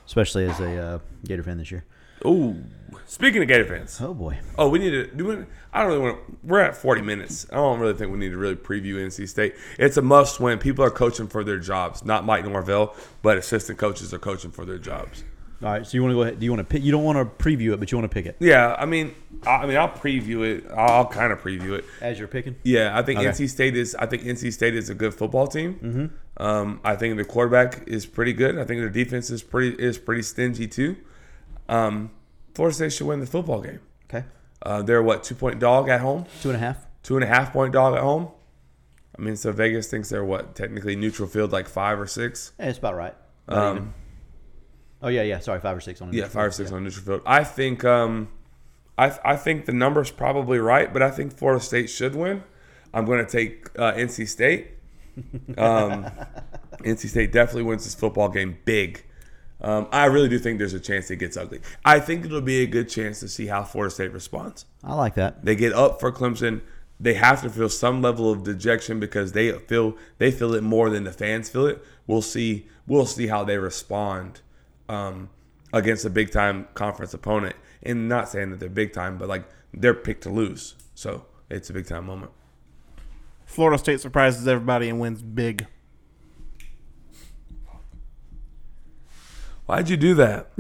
Especially as a uh, Gator fan this year.
Oh, speaking of Gator fans,
Oh boy.
oh, we need to do. We, I don't really want. to. We're at 40 minutes. I don't really think we need to really preview NC State. It's a must win. People are coaching for their jobs. Not Mike Norvell, but assistant coaches are coaching for their jobs.
All right, so you want to go ahead? Do you want to pick? You don't want to preview it, but you want to pick it
Yeah, I mean, I, I mean, I'll preview it. I'll kind of preview it.
as you're picking.
Yeah, I think
Okay.
NC State is. I think NC State is a good football team. Um, I think the quarterback is pretty good. I think their defense is pretty is pretty stingy too. Um, Florida State should win the football game.
Okay,
Uh, they're what two point dog at home,
two and a half.
two and a half point dog at home. I mean, so Vegas thinks they're what technically neutral field like five or six. Um,
Yeah, Eh, it's about right. Not even. Oh yeah, yeah. Sorry, five or six on.
Yeah, five or six on neutral field. I think um, I I think the number's probably right, but I think Florida State should win. I'm going to take uh, NC State. Um, NC State definitely wins this football game big. Um, I really do think there's a chance it gets ugly. I think it'll be a good chance to see how Florida State responds.
I like that.
They get up for Clemson. They have to feel some level of dejection because they feel they feel it more than the fans feel it. We'll see. We'll see how they respond um, against a big time conference opponent. And not saying that they're big time, but like they're picked to lose. So it's a big time moment.
Florida State surprises everybody and wins big.
Why'd you do that?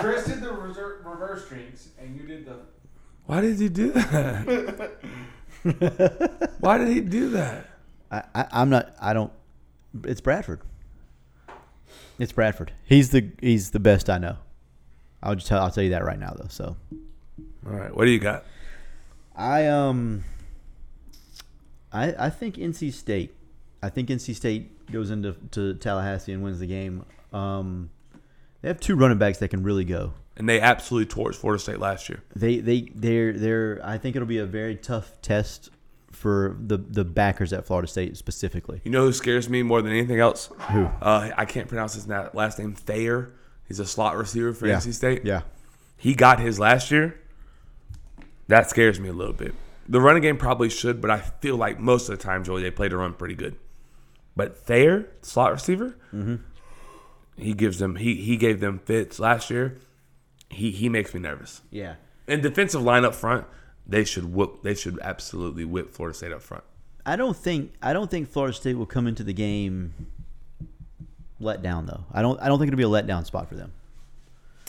Chris did the reser- reverse drinks, and you did the.
Why did you do that? Why did he do that?
I, I, I'm not. I don't. It's Bradford. It's Bradford. He's the he's the best I know. I'll just tell I'll tell you that right now though. So
All right, what do you got?
I um I I think NC State. I think NC State goes into to Tallahassee and wins the game. Um, they have two running backs that can really go.
And they absolutely torched Florida State last year.
They they they're they're I think it'll be a very tough test for the the backers at Florida State specifically.
You know who scares me more than anything else?
Who?
Uh, I can't pronounce his na- last name. Thayer. He's a slot receiver for NC State.
Yeah.
He got his last year. That scares me a little bit. The running game probably should, but I feel like most of the time, Joey, they play to run pretty good. But Thayer, slot receiver,
Mm-hmm.
he gives them he he gave them fits last year. He he makes me nervous.
Yeah.
And defensive line up front, they should whoop. They should absolutely whip Florida State up front.
I don't think I don't think Florida State will come into the game letdown though. I don't I don't think it'll be a letdown spot for them.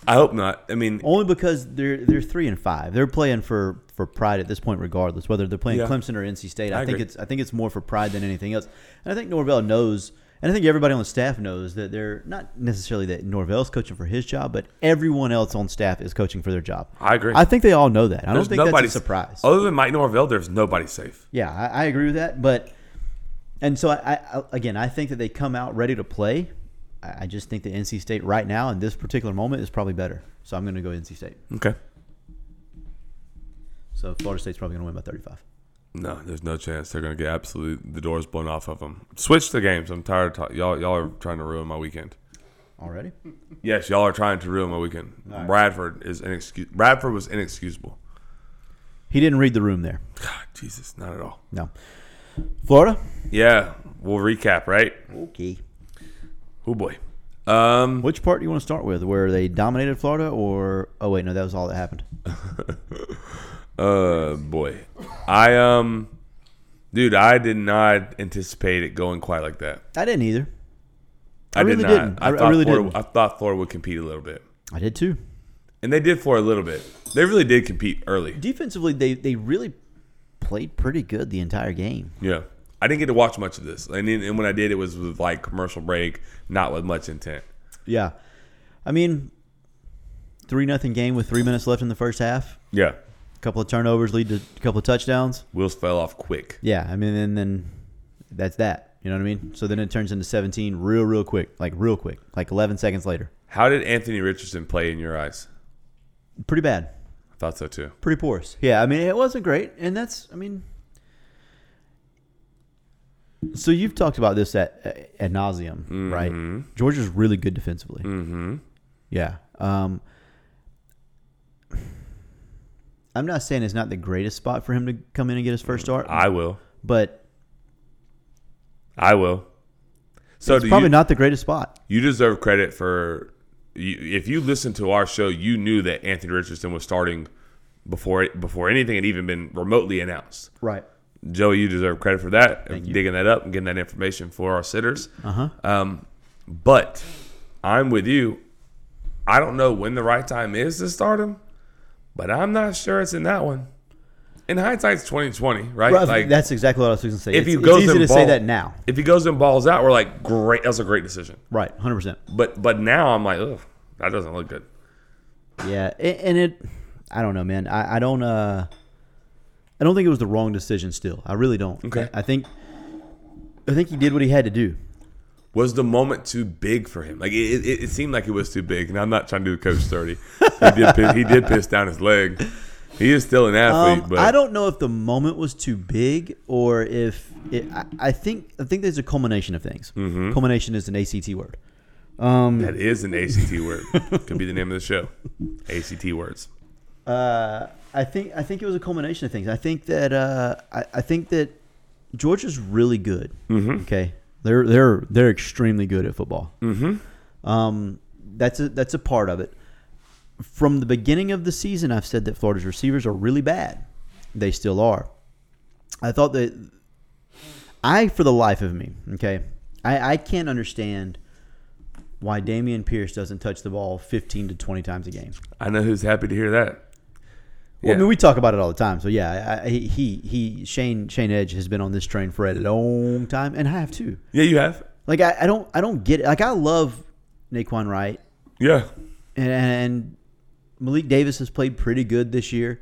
I hope not. I mean,
Only because they're they're three and five. They're playing for, for pride at this point, regardless whether they're playing
Yeah.
Clemson or NC State. I,
I
think
agree.
it's I think it's more for pride than anything else. And I think Norvell knows, and I think everybody on the staff knows that they're not necessarily that Norvell's coaching for his job, but everyone else on staff is coaching for their job.
I agree.
I think they all know that. I
there's
don't think
nobody
that's a surprise.
Other than Mike Norvell, there's nobody safe.
Yeah, I, I agree with that. But and so I, I again, I think that they come out ready to play. I I just think that NC State right now in this particular moment is probably better. So I'm going to go NC State.
Okay.
So Florida State's probably going to win by 35.
No, there's no chance they're gonna get absolute. The doors blown off of them. Switch the games. I'm tired of talk- y'all. Y'all are trying to ruin my weekend.
Already?
Yes, y'all are trying to ruin my weekend.
right.
Bradford is inexcus. Bradford was inexcusable.
He didn't read the room there.
God, Jesus, not at all.
No. Florida?
Yeah, we'll recap, right?
Okay.
Oh boy. Um,
Which part do you want to start with? Where they dominated Florida or Oh wait, no, that was all that happened.
uh, boy, I um, dude, I did not anticipate it going quite like that.
I didn't either.
I,
really
did not.
didn't. I- I
thought
really
Florida,
didn't.
I thought Florida would compete a little bit,
I did too.
and they did for a little bit. They really did compete early.
Defensively, they they really played pretty good the entire game.
Yeah. I didn't get to watch much of this. And then and when I did, it was with like commercial break, not with much intent.
Yeah. I mean, 3 nothing game with 3 minutes left in the first half.
Yeah.
A couple of turnovers lead to a couple of touchdowns.
Wheels fell off quick.
Yeah, I mean and then that's that. You know what I mean? So then it turns into 17 real real quick, like real quick, like 11 seconds later.
How did Anthony Richardson play in your eyes?
Pretty bad.
I thought so too.
Pretty porous. Yeah, I mean it wasn't great and that's I mean so you've talked about this at at nauseum,
Mm-hmm.
right? Georgia's really good defensively. Mm-hmm. Yeah. Um, I'm not saying it's not the greatest spot for him to come in and get his first start,
I will.
but
I will. So
it's
do
probably
you,
not the greatest spot.
you deserve credit for you, if you listened to our show, you knew that Anthony Richardson was starting before it, before anything had even been remotely announced.
Right.
Joe, you deserve credit for that, digging that up and getting that information for our sitters. Uh-huh. Um, but I'm with you. I don't know when the right time is to start him, but I'm not sure it's in that one. In hindsight, it's 2020, right? like
that's exactly what I was going to say.
if
It's,
he
it's
goes
easy
and
to say
ball-
that now.
If he goes and balls out, we're like, great, that's a great decision.
Right, 100%.
But but now I'm like, ugh, that doesn't look good.
Yeah, a- and it, I don't know, man. I, I don't, uh, I don't think it was the wrong decision. Still, I really don't.
Okay.
I, I think, I think he did what he had to do.
was the moment too big for him? Like it, it, it seemed like it was too big. And I'm not trying to do coach thirty. he did piss, he did piss down his leg. He is still an athlete,
Um,
but
I don't know if the moment was too big or if it, I, I think I think there's a culmination of things.
Mm-hmm.
Culmination is an ACT word.
that is an ACT word. Could be the name of the show. ACT words.
Uh, I think I think it was a culmination of things. I think that uh, I, I think that Georgia's really good. Okay, they're they're they're extremely good at football. Mm-hmm. Um, that's a that's a part of it. From the beginning of the season, I've said that Florida's receivers are really bad. They still are. I thought that I, for the life of me, okay, I, I can't understand why Damian Pierce doesn't touch the ball 15 to 20 times a game.
I know who's happy to hear that.
Well, I
Yeah.
mean, we talk about it all the time. So yeah, I, I, he he Shane Shane Edge has been on this train for a long time, and I have too.
Yeah, you have.
Like I, I don't I don't get it. Like I love Naquan Wright,
Yeah.
and, and Malik Davis has played pretty good this year,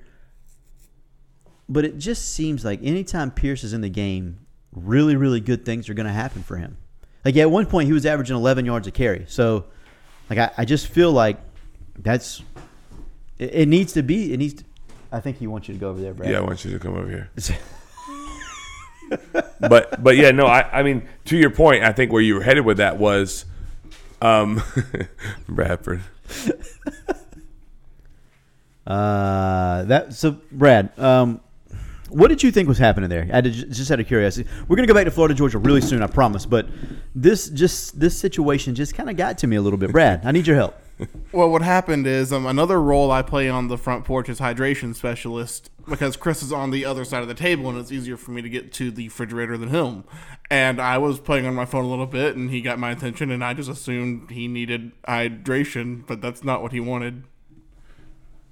but it just seems like anytime Pierce is in the game, really really good things are going to happen for him. Like at one point he was averaging 11 yards a carry. So like I, I just feel like that's it, it needs to be it needs. To, I think he wants you to go over there, Brad.
Yeah, I want you to come over here. but but yeah, no, I, I mean to your point, I think where you were headed with that was um Bradford.
Uh, that so Brad. Um, What did you think was happening there? I did, just out of curiosity. We're gonna go back to Florida, Georgia, really soon, I promise. But this just this situation just kind of got to me a little bit. Brad, I need your help.
Well, what happened is um, another role I play on the front porch is hydration specialist because Chris is on the other side of the table and it's easier for me to get to the refrigerator than him. And I was playing on my phone a little bit and he got my attention and I just assumed he needed hydration, but that's not what he wanted.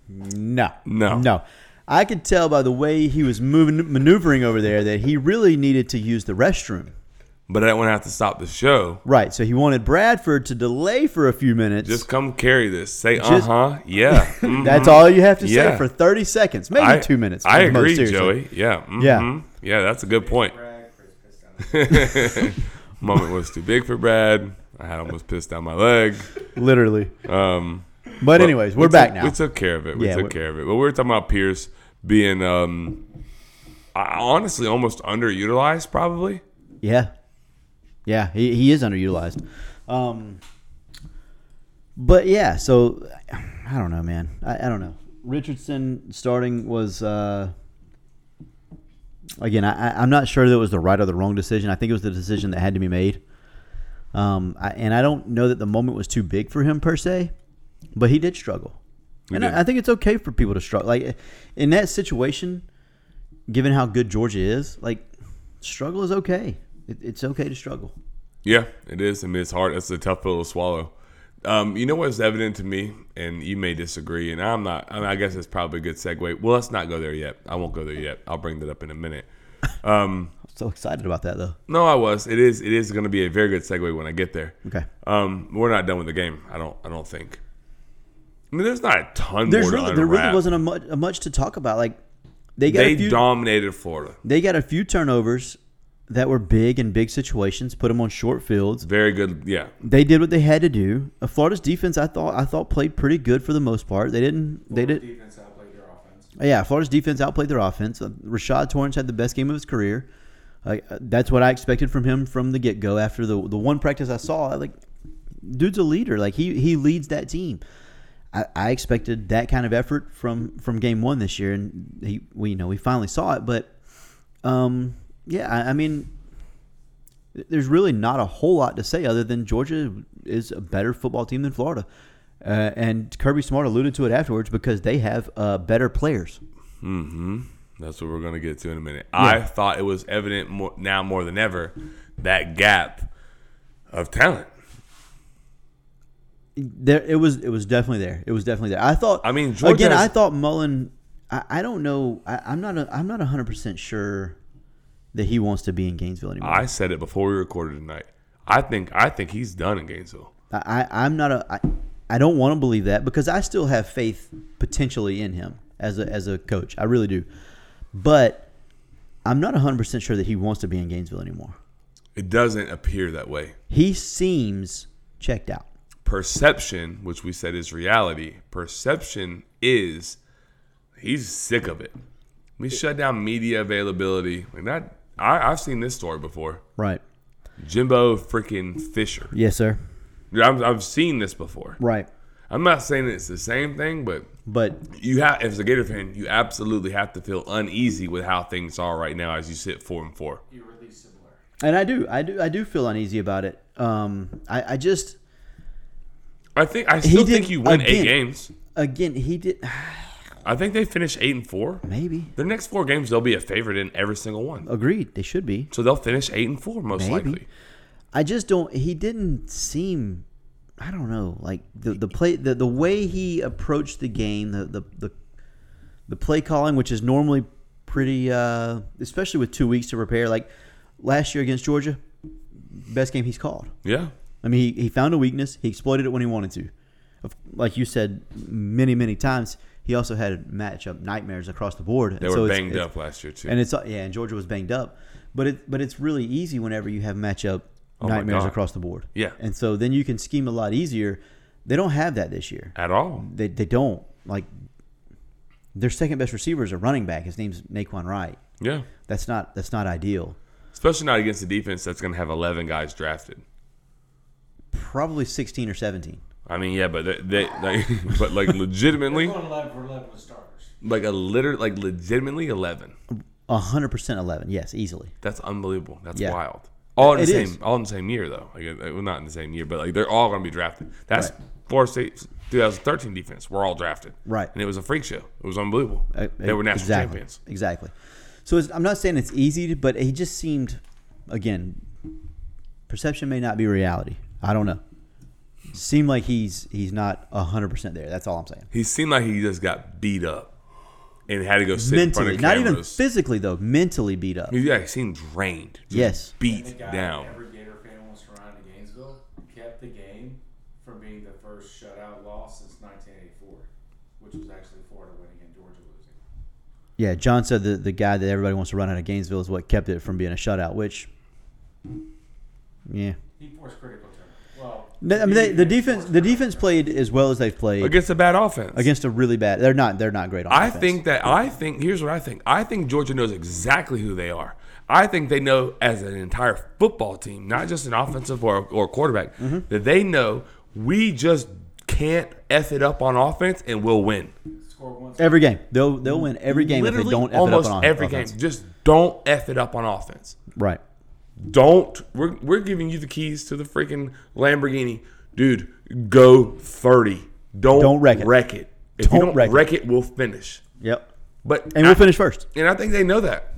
No,
No.
no. I could tell by the way he was moving, maneuvering over there, that he really needed to use the restroom.
But I don't want to have to stop the show.
Right. So he wanted Bradford to delay for a few minutes.
Just come carry this. Say uh huh. Yeah. mhm.
That's all you have to say
Yeah.
for 30 seconds, maybe
I-
two minutes.
I
at the most,
agree,
seriously.
Joey. Yeah. mhm.
Yeah.
Yeah, that's a good point.
Brad, Chris pissed on
Moment was too big for Brad. I had almost pissed down my leg.
Literally.
Um,
But, anyways,
we
we're
took-
back now.
We took care of it. We
Yeah,
took
we-
care of it. But we were talking about Pierce being um, I- honestly almost underutilized, probably.
Yeah. Yeah, he, he is underutilized. Um, but yeah, so I don't know, man. I, I don't know. Richardson starting was uh, again. I, I- I'm not sure that it was the right or the wrong decision. I think it was the decision that had to be made. Um, I, and I don't know that the moment was too big for him per se, but he did struggle.
He
and
did.
I, I think it's okay for people to struggle. Like in that situation, given how good Georgia is, like struggle is okay. It, it's okay to struggle.
Yeah, it is. I mean, it's hard. It's a tough pill to swallow. Um, you know what's evident to me, and you may disagree, and I'm not. I, mean, I guess it's probably a good segue. Well, let's not go there yet. I won't go there yet. I'll bring that up in a minute.
I'm so excited about that though.
No, I was. It is. It is going to be a very good segue when I get there.
Okay.
Um, we're not done with the game. I don't. I don't think. I mean, there's not a ton
There's
more
really
to
there really
unwrap.
wasn't a much, a much to talk about. Like they got
They
a few
dominated Florida.
they got a few turnovers that were big in big situations. Put them on short fields.
Very good. Yeah.
They did what they had to do. Uh, Florida's defense, I thought, I thought played pretty good for the most part. They didn't. They
your
did. Uh,
defense outplayed your offense.
Yeah, Florida's defense outplayed their offense. Uh, Rashad Torrance had the best game of his career. Uh, that's what I expected from him from the get go. After the the one practice I saw, I, like, dude's a leader. Like he he leads that team. I, I expected that kind of effort from from game one this year, and he we you know we finally saw it. But um, yeah, I, I mean, there's really not a whole lot to say other than Georgia is a better football team than Florida. Uh, and Kirby Smart alluded to it afterwards because they have uh, better players.
hmm That's what we're gonna get to in a minute. I thought it was evident more, now more than ever that gap of talent.
There, it was it was definitely there. It was definitely there. I thought.
I mean, Georgia
again,
has-
I thought Mullen. I, I don't know. I, I'm not. A, I'm not 100 percent sure that he wants to be in Gainesville anymore.
I said it before we recorded tonight. I think I think he's done in Gainesville.
I, I I'm not a. I, I don't want to believe that because I still have faith potentially in him as a as a coach. I really do, but I'm not 100 percent sure that he wants to be in Gainesville anymore.
It doesn't appear that way.
He seems checked out.
Perception, which we said is reality, perception is he's sick of it. We shut down media availability. Like that, I, I've seen this story before.
Right.
Jimbo freaking Fisher.
Yes, sir.
I've, I've seen this before.
Right.
I'm not saying it's the same thing, but
But
you have as a Gator fan, you absolutely have to feel uneasy with how things are right now as you sit four and four.
You were really similar.
and I do I do I do feel uneasy about it. Um, I, I just
I think I still
did-
think you win
again-
eight games.
again he did
I think they finish eight and four.
maybe
Their next four games, they'll be a favorite in every single one.
agreed they should be.
So they'll finish eight and four most
Maybe.
likely.
I just don't. He didn't seem. I don't know. Like the the play the, the way he approached the game, the the the, the play calling, which is normally pretty, uh, especially with two weeks to prepare. Like last year against Georgia, best game he's called.
Yeah.
I mean, he, he found a weakness. He exploited it when he wanted to. Of- Like you said many many times, he also had matchup nightmares across the board.
They
and
were
it's-
banged
it's-
up last year too.
and it's uh, yeah, and Georgia was banged up, but it but it's really easy whenever you have matchup
Oh my
nightmares
God.
across the board.
Yeah.
and so then you can scheme a lot easier. They don't have that this year.
At all.
They they don't like their second best receiver is a running back. His name's Naquan Wright.
Yeah.
That's not that's not ideal.
Especially not against a defense that's gonna have eleven guys drafted.
Probably sixteen or seventeen.
I mean, yeah, but they, they like, but like
They're
legitimately,
going 11 for 11 with starters.
like a liter, like legitimately eleven.
hundred percent eleven. Yes, easily.
That's unbelievable. That's
Yeah.
wild. All in the
It
same,
is.
all in the same year though. Like, uh, well, not in the same year, but like they're all going to be drafted. That's Florida State's 2013 defense. We're all drafted,
Right.
And it was a freak show. It was unbelievable.
Uh,
they were national
exactly,
champions.
Exactly. So it's, I'm not saying it's easy, but he just seemed, again, perception may not be reality. I don't know. Seemed like he's he's not hundred percent there. That's all I'm saying.
He seemed like he just got beat up and had to go sit
mentally, not
in front of
even
cameras.
physically though. Mentally beat up.
He like seemed drained. just
Yes.
The
beat
guy
down.
every Gator fan wants to run to Gainesville kept the game from being the first shutout loss since 1984, which was actually Florida winning and Georgia losing.
Yeah, John said that the guy that everybody wants to run out of Gainesville is what kept it from being a shutout. Which, yeah,
He forced critical turnovers. Well,
No, I mean they, the defense the defense played as well as they've played against,
against a bad offense.
a really bad. They're not they're not great. On
I
defense.
think that I think here's what I think. I think Georgia knows exactly who they are. I think they know as an entire football team, not just an offensive or, or quarterback,
Mm-hmm.
that they know we just can't f it up on offense and we'll win.
score once.
every game they'll they'll win every game if they
Literally,
don't F
almost
it up on
every
offense.
game. Just don't f it up on offense.
Right.
Don't. We're we're giving you the keys to the freaking Lamborghini, dude. Go thirty. Don't
Don't wreck it.
Wreck it. If you
Don't
don't
wreck
wreck,
it.
it. we'll finish.
Yep.
But
And
I-
we'll finish first.
And I think they know that.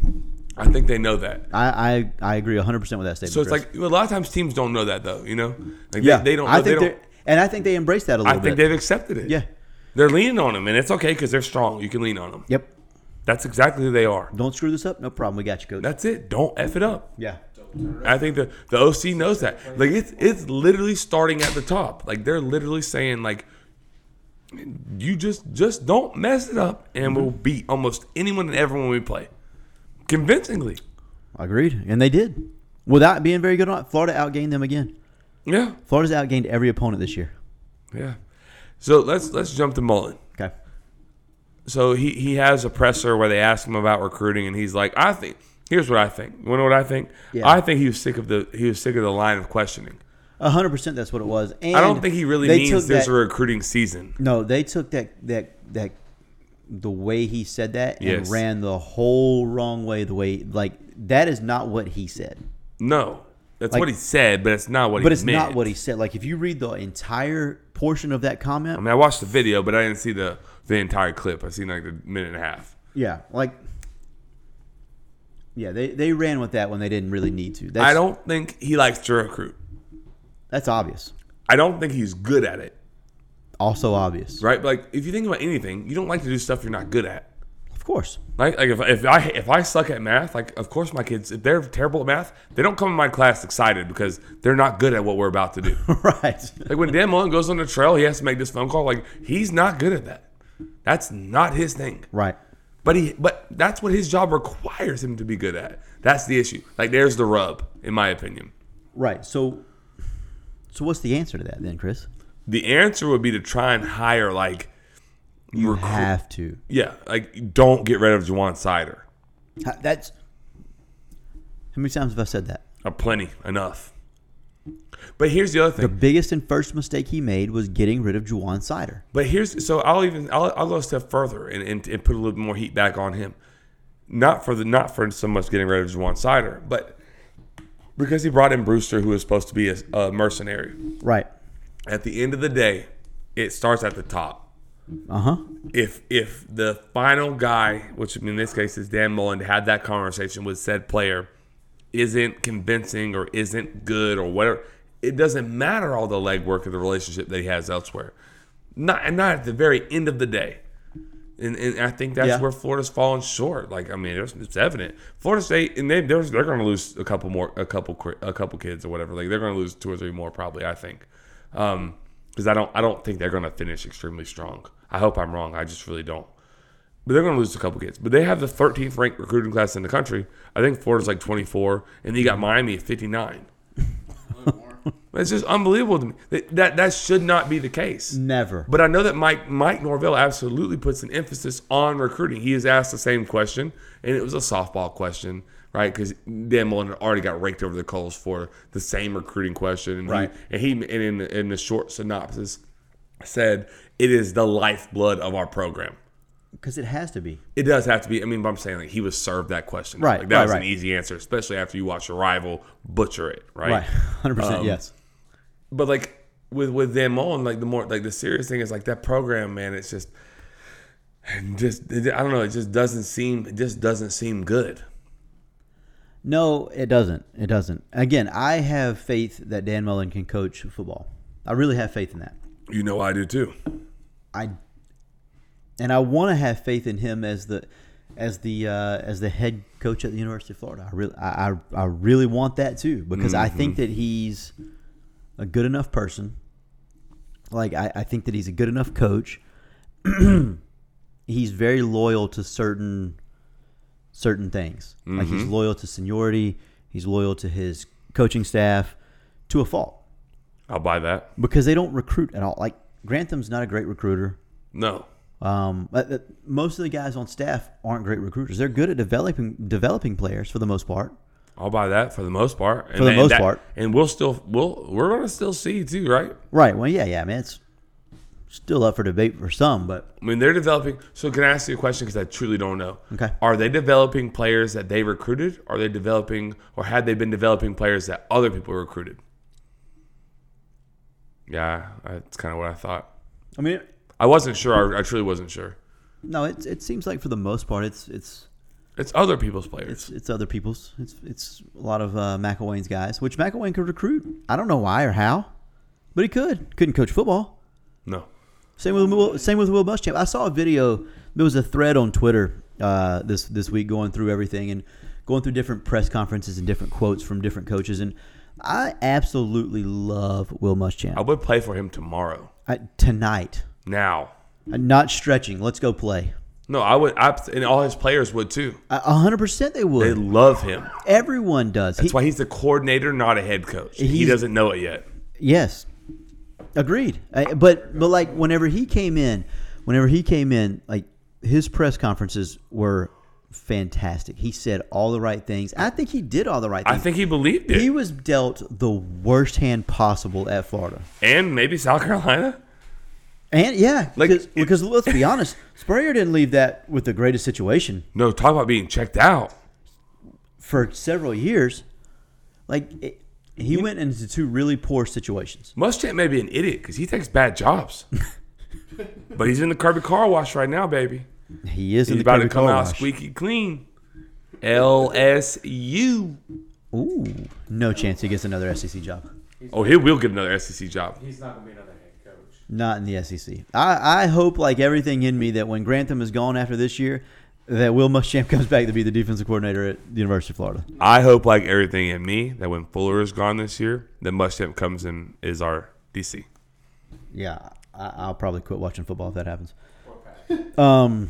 I think they know that.
I I, I agree 100 percent with that statement.
So it's
Chris.
like a lot of times teams don't know that though, you know? Like
yeah,
they, they don't know.
I think
they don't,
they're- and I think they embrace that a
I
little bit.
think they've accepted it.
Yeah.
They're leaning on them and it's okay cuz they're strong. You can lean on them.
Yep.
That's exactly who they are.
Don't screw this up. No problem. We got you, coach.
That's it. Don't F it up.
yeah.
I think the the OC knows that. Like it's it's literally starting at the top. Like they're literally saying like you just just don't mess it up and we'll
Mm-hmm.
beat almost anyone and everyone we play. Convincingly.
Agreed. And they did. Without being very good on it, Florida outgained them again.
Yeah.
Florida's outgained every opponent this year.
Yeah. So let's let's jump to Mullen.
Okay.
so he, he has a presser where they ask him about recruiting and he's like i think here's what i think you know what i think
Yeah.
i think he was sick of the he was sick of the line of questioning
hundred percent. That's what it was. And
i don't think he really
they
means
took
there's
that-
a recruiting season
No, they took that that that the way he said that and
Yes.
ran the whole wrong way. The way like that is not what he said.
no that's
Like-
what he said but it's not what
But
he
it's
meant.
not what he said. Like if you read the entire portion of that comment,
i mean i watched the video but i didn't see the the entire clip i seen like the minute and a half
yeah, like yeah, they they ran with that when they didn't really need to. That's,
i don't think he likes to recruit
That's obvious.
i don't think he's good at it
Also obvious.
right like if you think about anything you don't like to do stuff you're not good at
Of course.
Like, like if, if I if I suck at math, like of course my kids if they're terrible at math, they don't come to my class excited because they're not good at what we're about to do.
right.
like when Dan Mullen goes on the trail, he has to make this phone call. Like he's not good at that. That's not his thing.
Right.
But he but that's what his job requires him to be good at. That's the issue. Like there's the rub, in my opinion.
Right. So so what's the answer to that then, Chris?
The answer would be to try and hire like
You
recruit-
have to.
yeah, like don't get rid of Juwan Sider.
Ha- That's how many times have I said that?
A plenty enough. But here's the other thing.
The biggest and first mistake he made was getting rid of Juwan Sider.
But here's so I'll even I'll, I'll go a step further and, and, and put a little bit more heat back on him. Not for the not for so much getting rid of Juwan Sider, but because he brought in Brewster, who was supposed to be a, a mercenary.
Right.
At the end of the day, it starts at the top.
Uh huh.
If if the final guy, which in this case is Dan Mullen, to have that conversation with said player, isn't convincing or isn't good or whatever, it doesn't matter all the legwork of the relationship that he has elsewhere. Not and not at the very end of the day. And, and I think that's
Yeah.
where Florida's falling short. Like I mean, it's, it's evident. Florida State and they they're, they're going to lose a couple more, a couple cri- a couple kids or whatever. Like they're going to lose two or three more probably. I think because I don't I don't think they're going to finish extremely strong. I hope I'm wrong. I just really don't. But they're going to lose a couple kids. But they have the 13th ranked recruiting class in the country. I think Florida's like 24, and you got Miami at 59. It's just unbelievable to me. That, that that should not be the case.
Never.
But I know that Mike Mike Norvell absolutely puts an emphasis on recruiting. He is asked the same question, and it was a softball question, right? Because Dan Mullen had already got raked over the coals for the same recruiting question, and
Right.
He, and he and in, in the short synopsis said, "It is the lifeblood of our program."
because it has to be.
It does have to be. I mean, but I'm saying like he was served that question.
Right,
Like, that
right,
was
right.
an easy answer, especially after you watch your rival butcher it. Right.
Right, hundred percent.
Um,
Yes.
But like with with them on, like the more like the serious thing is like that program, man. It's just, just I don't know. It just doesn't seem. It just doesn't seem good.
No, it doesn't. It doesn't. Again, I have faith that Dan Mullen can coach football. I really have faith in that.
You know, I do too.
I and I want to have faith in him as the as the uh, as the head coach at the University of Florida. I really I, I, I really want that too because I think that he's a good enough person. Like I, I think that he's a good enough coach. he's very loyal to certain certain things. Like he's loyal to seniority. He's loyal to his coaching staff to a fault
I'll buy that.
because they don't recruit at all. Like Grantham's not a great recruiter.
No.
Um, but the- most of the guys on staff aren't great recruiters. They're good at developing developing players for the most part.
I'll buy that for the most part. And
For the
and
most part.
and we'll still we'll we're gonna still see too, right?
Right. Well, yeah, yeah. I mean, it's still up for debate for some, but
I mean, they're developing. So, can I ask you a question? Because I truly don't know.
Okay.
Are they developing players that they recruited? Are they developing, or had they been developing players that other people recruited? Yeah, that's kind of what I thought.
I mean,
I wasn't sure. I, I truly wasn't sure.
no. It it seems like for the most part, it's it's
It's other people's players.
it's, it's other people's. It's it's a lot of uh, McElwain's guys, which McElwain could recruit. I don't know why or how, but he could. Couldn't coach football.
no.
Same with Will, same with Will Muschamp. I saw a video. There was a thread on Twitter uh, this this week going through everything and going through different press conferences and different quotes from different coaches. And I absolutely love Will
I
Muschamp.
would play for him tomorrow.
I, tonight,
Now.
I'm not stretching. Let's go play.
No, I would. I, and all his players would too.
A a hundred percent, they
They
would.
love him.
Everyone does. He-
That's why he's the coordinator, not a head coach. He
He's-
doesn't know it yet.
Yes, agreed. I, but but like whenever he came in, whenever he came in, like his press conferences were fantastic. He said all the right things. I think he did all the right
I
things.
think he believed it.
he was dealt the worst hand possible at Florida.
and maybe South Carolina.
And yeah,
Like,
because,
it-
because let's be honest, Spurrier didn't leave that with the greatest situation
No, talk about being checked out.
for several years. Like it, he went into two really poor situations.
Muschamp may be an idiot because he takes bad jobs, but he's in the Kirby car wash right now, baby.
He is in
He's
the
about to
Kirby
come
car
out
wash.
squeaky clean. LSU.
Ooh, no chance he gets another SEC job.
Oh, he will get another SEC job.
He's not gonna be another head coach.
Not in the SEC. I, I hope, like everything in me, that when Grantham is gone after this year, that Will Muschamp comes back to be the defensive coordinator at the University of Florida.
I hope, like everything in me, that when Fuller is gone this year, that Muschamp comes in is our DC.
Yeah, I, I'll probably quit watching football if that happens.
Or Pat.
Um,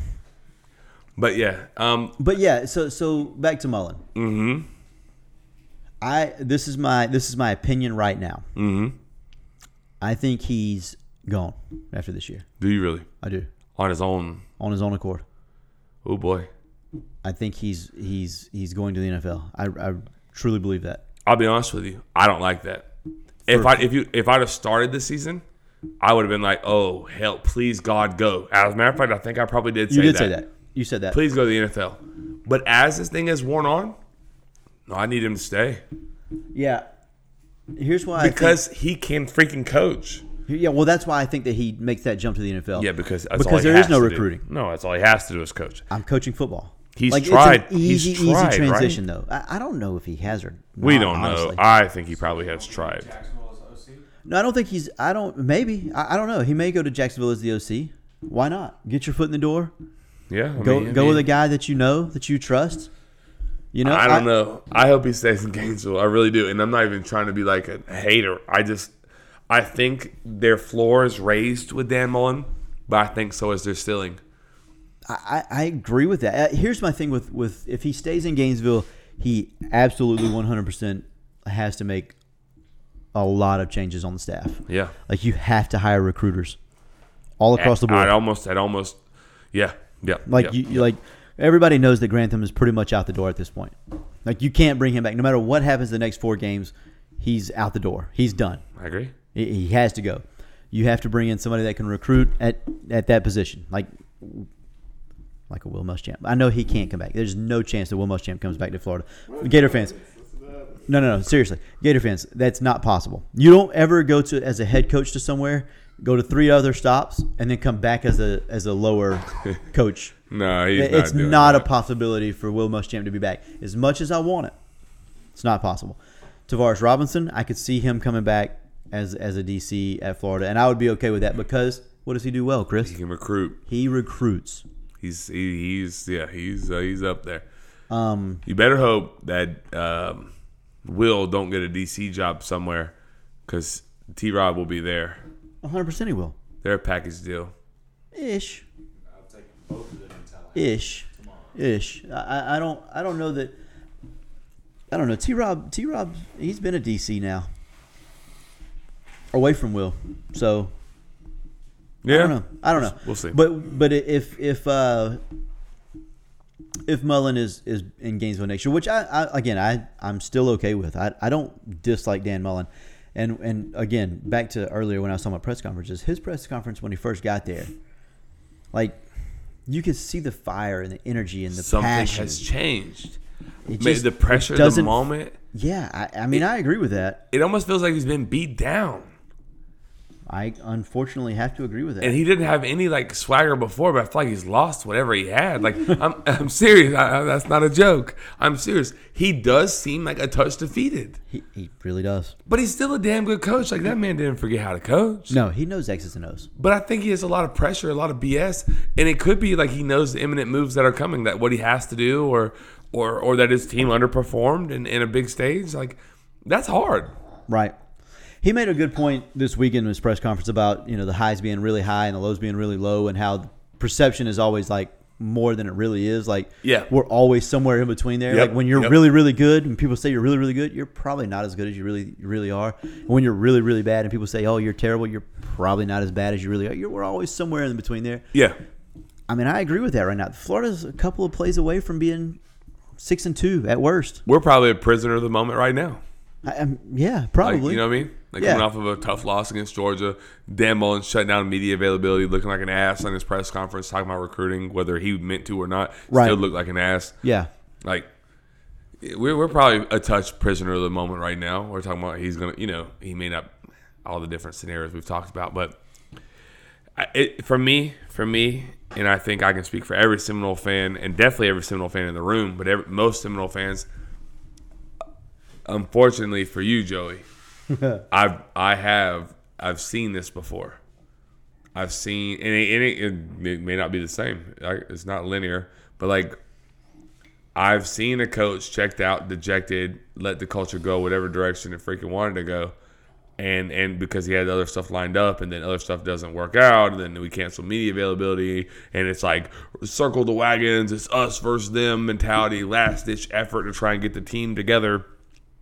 But yeah, um,
but yeah, so so back to Mullen. Mm-hmm. I this is my this is my opinion right now. Mm-hmm. I think he's gone after this year.
do you really
I do
on his own?
on his own accord.
Oh boy,
I think he's he's he's going to the NFL. I, I truly believe that.
I'll be honest with you. I don't like that. If I if you if I'd have started the season, I would have been like, "Oh hell, please God, go." As a matter of fact, I think I probably did. Say
You did
that.
say that. You said that.
Please go to the NFL. But as this thing has worn on, no, I need him to stay
Yeah. Here's why.
because he can freaking coach.
I think, yeah, well, that's why I think that he makes that jump to the NFL.
Yeah, because that's all
because
he
there is
has
no
to do.
recruiting.
No, that's all he has to do is coach.
I'm coaching football.
He's
like,
tried-
It's an
he's
easy,
tried, right?
easy transition, though. I, I don't know if he has or not,
We don't
honestly.
know. I think he probably has tried.
Jacksonville is OC.
no, I don't think he's. I don't. Maybe I, I don't know. He may go to Jacksonville as the OC. Why not? Get your foot in the door.
Yeah, I
Go
mean-
go
I
with a
mean,
guy that you know that you trust. You know.
I don't know. I hope he stays in Gainesville. I really do, and I'm not even trying to be like a hater. I just, I think their floor is raised with Dan Mullen, but I think so is their ceiling.
I, I I agree with that. Uh, Here's my thing with, with if he stays in Gainesville, he absolutely 100% has to make a lot of changes on the staff.
Yeah,
Like you have to hire recruiters all across the
I'd
board.
almost, I'd almost, yeah, yeah.
Like
yeah.
you, you- like everybody knows that Grantham is pretty much out the door at this point. Like you can't bring him back no matter what happens the next four games. He's out the door. He's done.
I agree.
He, he has to go. You have to bring in somebody that can recruit at at that position. Like like a Will Muschamp. I know he can't come back. There's no chance that Will Muschamp comes back to Florida. Gator fans, no, no, no. Seriously, Gator fans, that's not possible. You don't ever go to as a head coach to somewhere, go to three other stops, and then come back as a as a lower coach.
No, he's not.
it's
doing
not,
that.
a possibility for Will Muschamp to be back. As much as I want it, it's not possible. Tavares Robinson, I could see him coming back as as a DC at Florida, and I would be okay with that because what does he do well,
He
Chris?
can recruit.
He recruits.
He's he, he's yeah he's uh, he's up there. Um, you better hope that um, Will don't get a DC job somewhere because T Rod will be there.
100 percent he will.
They're a package deal.
Ish,
I'll take both of them in Tallahassee.
ish, ish. I- I, I don't I don't know that. I don't know. T Rob T Rob he's been a DC now, away from Will. So
Yeah,
I don't know. I don't know.
We'll see.
But but if if uh, if Mullen is is in Gainesville next year, which I, I again I I'm still okay with. I I don't dislike Dan Mullen. And, and again, back to earlier when I was talking about press conferences, his press conference when he first got there, like you could see the fire and the energy and the
something
passion.
has changed.
It
Ma-
just-
the pressure,
it
of the
doesn't-
moment.
Yeah, I, I mean, I agree with that.
It almost feels like he's been beat down,
I unfortunately have to agree with that.
and he didn't have any like swagger before. But I feel like he's lost whatever he had. Like I'm I'm serious. I, I, that's not a joke. I'm serious. He does seem like a touch defeated.
he, he really does.
But he's still a damn good coach. Like that man didn't forget how to coach.
No, he knows X's and O's.
But I think he has a lot of pressure, a lot of BS, and it could be like he knows the imminent moves that are coming, that what he has to do, or or or that his team underperformed in, in a big stage. Like that's hard.
Right. He made a good point this weekend in his press conference about you know the highs being really high and the lows being really low and how perception is always like more than it really is. Like
Yeah.
we're always somewhere in between there.
Yep,
Like when you're
yep.
really really good and people say you're really really good, you're probably not as good as you really you really are. And when you're really really bad and people say oh you're terrible, you're probably not as bad as you really are. You're, we're always somewhere in between there.
Yeah.
I mean I agree with that right now. Florida's a couple of plays away from being six and two at worst.
We're probably a prisoner of the moment right now.
I, I'm, yeah,
Like,
probably.
you know what I mean? Like
Yeah.
coming off of a tough loss against Georgia, Dan Mullen shut down media availability, looking like an ass on his press conference, talking about recruiting, whether he meant to or not.
Right.
Still looked like an ass.
yeah.
like we're, we're probably a touch prisoner of the moment right now. We're talking about he's gonna, you know, he may not all the different scenarios we've talked about, but I, it, for me, for me, and I think I can speak for every Seminole fan, and definitely every Seminole fan in the room, but every, most Seminole fans. Unfortunately for you, Joey, I've I have I've seen this before. I've seen, and it, and it, it may- may not be the same. I, it's not linear, but like I've seen a coach checked out, dejected, let the culture go whatever direction it freaking wanted to go, and and because he had other stuff lined up, and then other stuff doesn't work out, and then we cancel media availability, and it's like circle the wagons, it's us versus them mentality, last ditch effort to try and get the team together,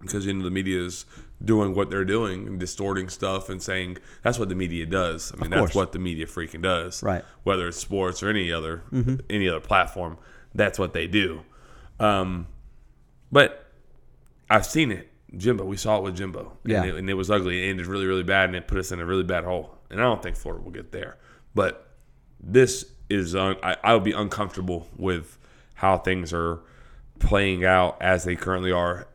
because you know the media is doing what they're doing and distorting stuff and saying that's what the media does. I mean that's
course.
what the media freaking does,
Right. Mm-hmm.
Whether it's sports or any other any other platform, that's what they do. Um, but I've seen it, Jimbo. We saw it with Jimbo, and,
Yeah.
it, and it was ugly. It ended really, really bad, and it put us in a really bad hole. And I don't think Florida will get there. But this is un- I, I would be uncomfortable with how things are playing out as they currently are,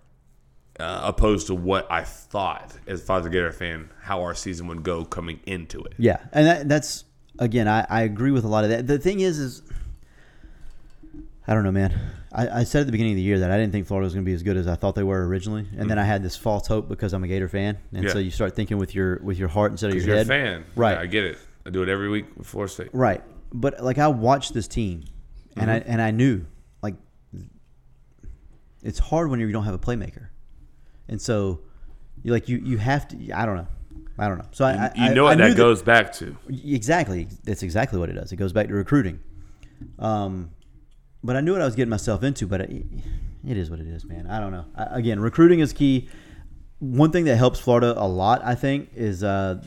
uh, opposed to what I thought as a Father Gator fan how our season would go coming into it.
Yeah, and that, that's again, I, I agree with a lot of that. The thing is, is I don't know, man. I, I said at the beginning of the year that I didn't think Florida was going to be as good as I thought they were originally, and then I had this false hope because I'm a Gator fan, and
Mm-hmm. Yeah.
so you start thinking with your with your heart instead of your
You're a
head.
fan,
right?
Yeah, I get it. I do it every week with Florida State.
Right. But like I watched this team and
Mm-hmm.
I and I knew like it's hard when you don't have a playmaker. And so you like you you have to I don't know. I don't know. So I I-
You know what
I, I knew
that goes back to.
Exactly. That's exactly what it does. It goes back to recruiting. Um, but I knew what I was getting myself into. But it, it is what it is, man. I don't know. I, again, recruiting is key. One thing that helps Florida a lot, I think, is uh,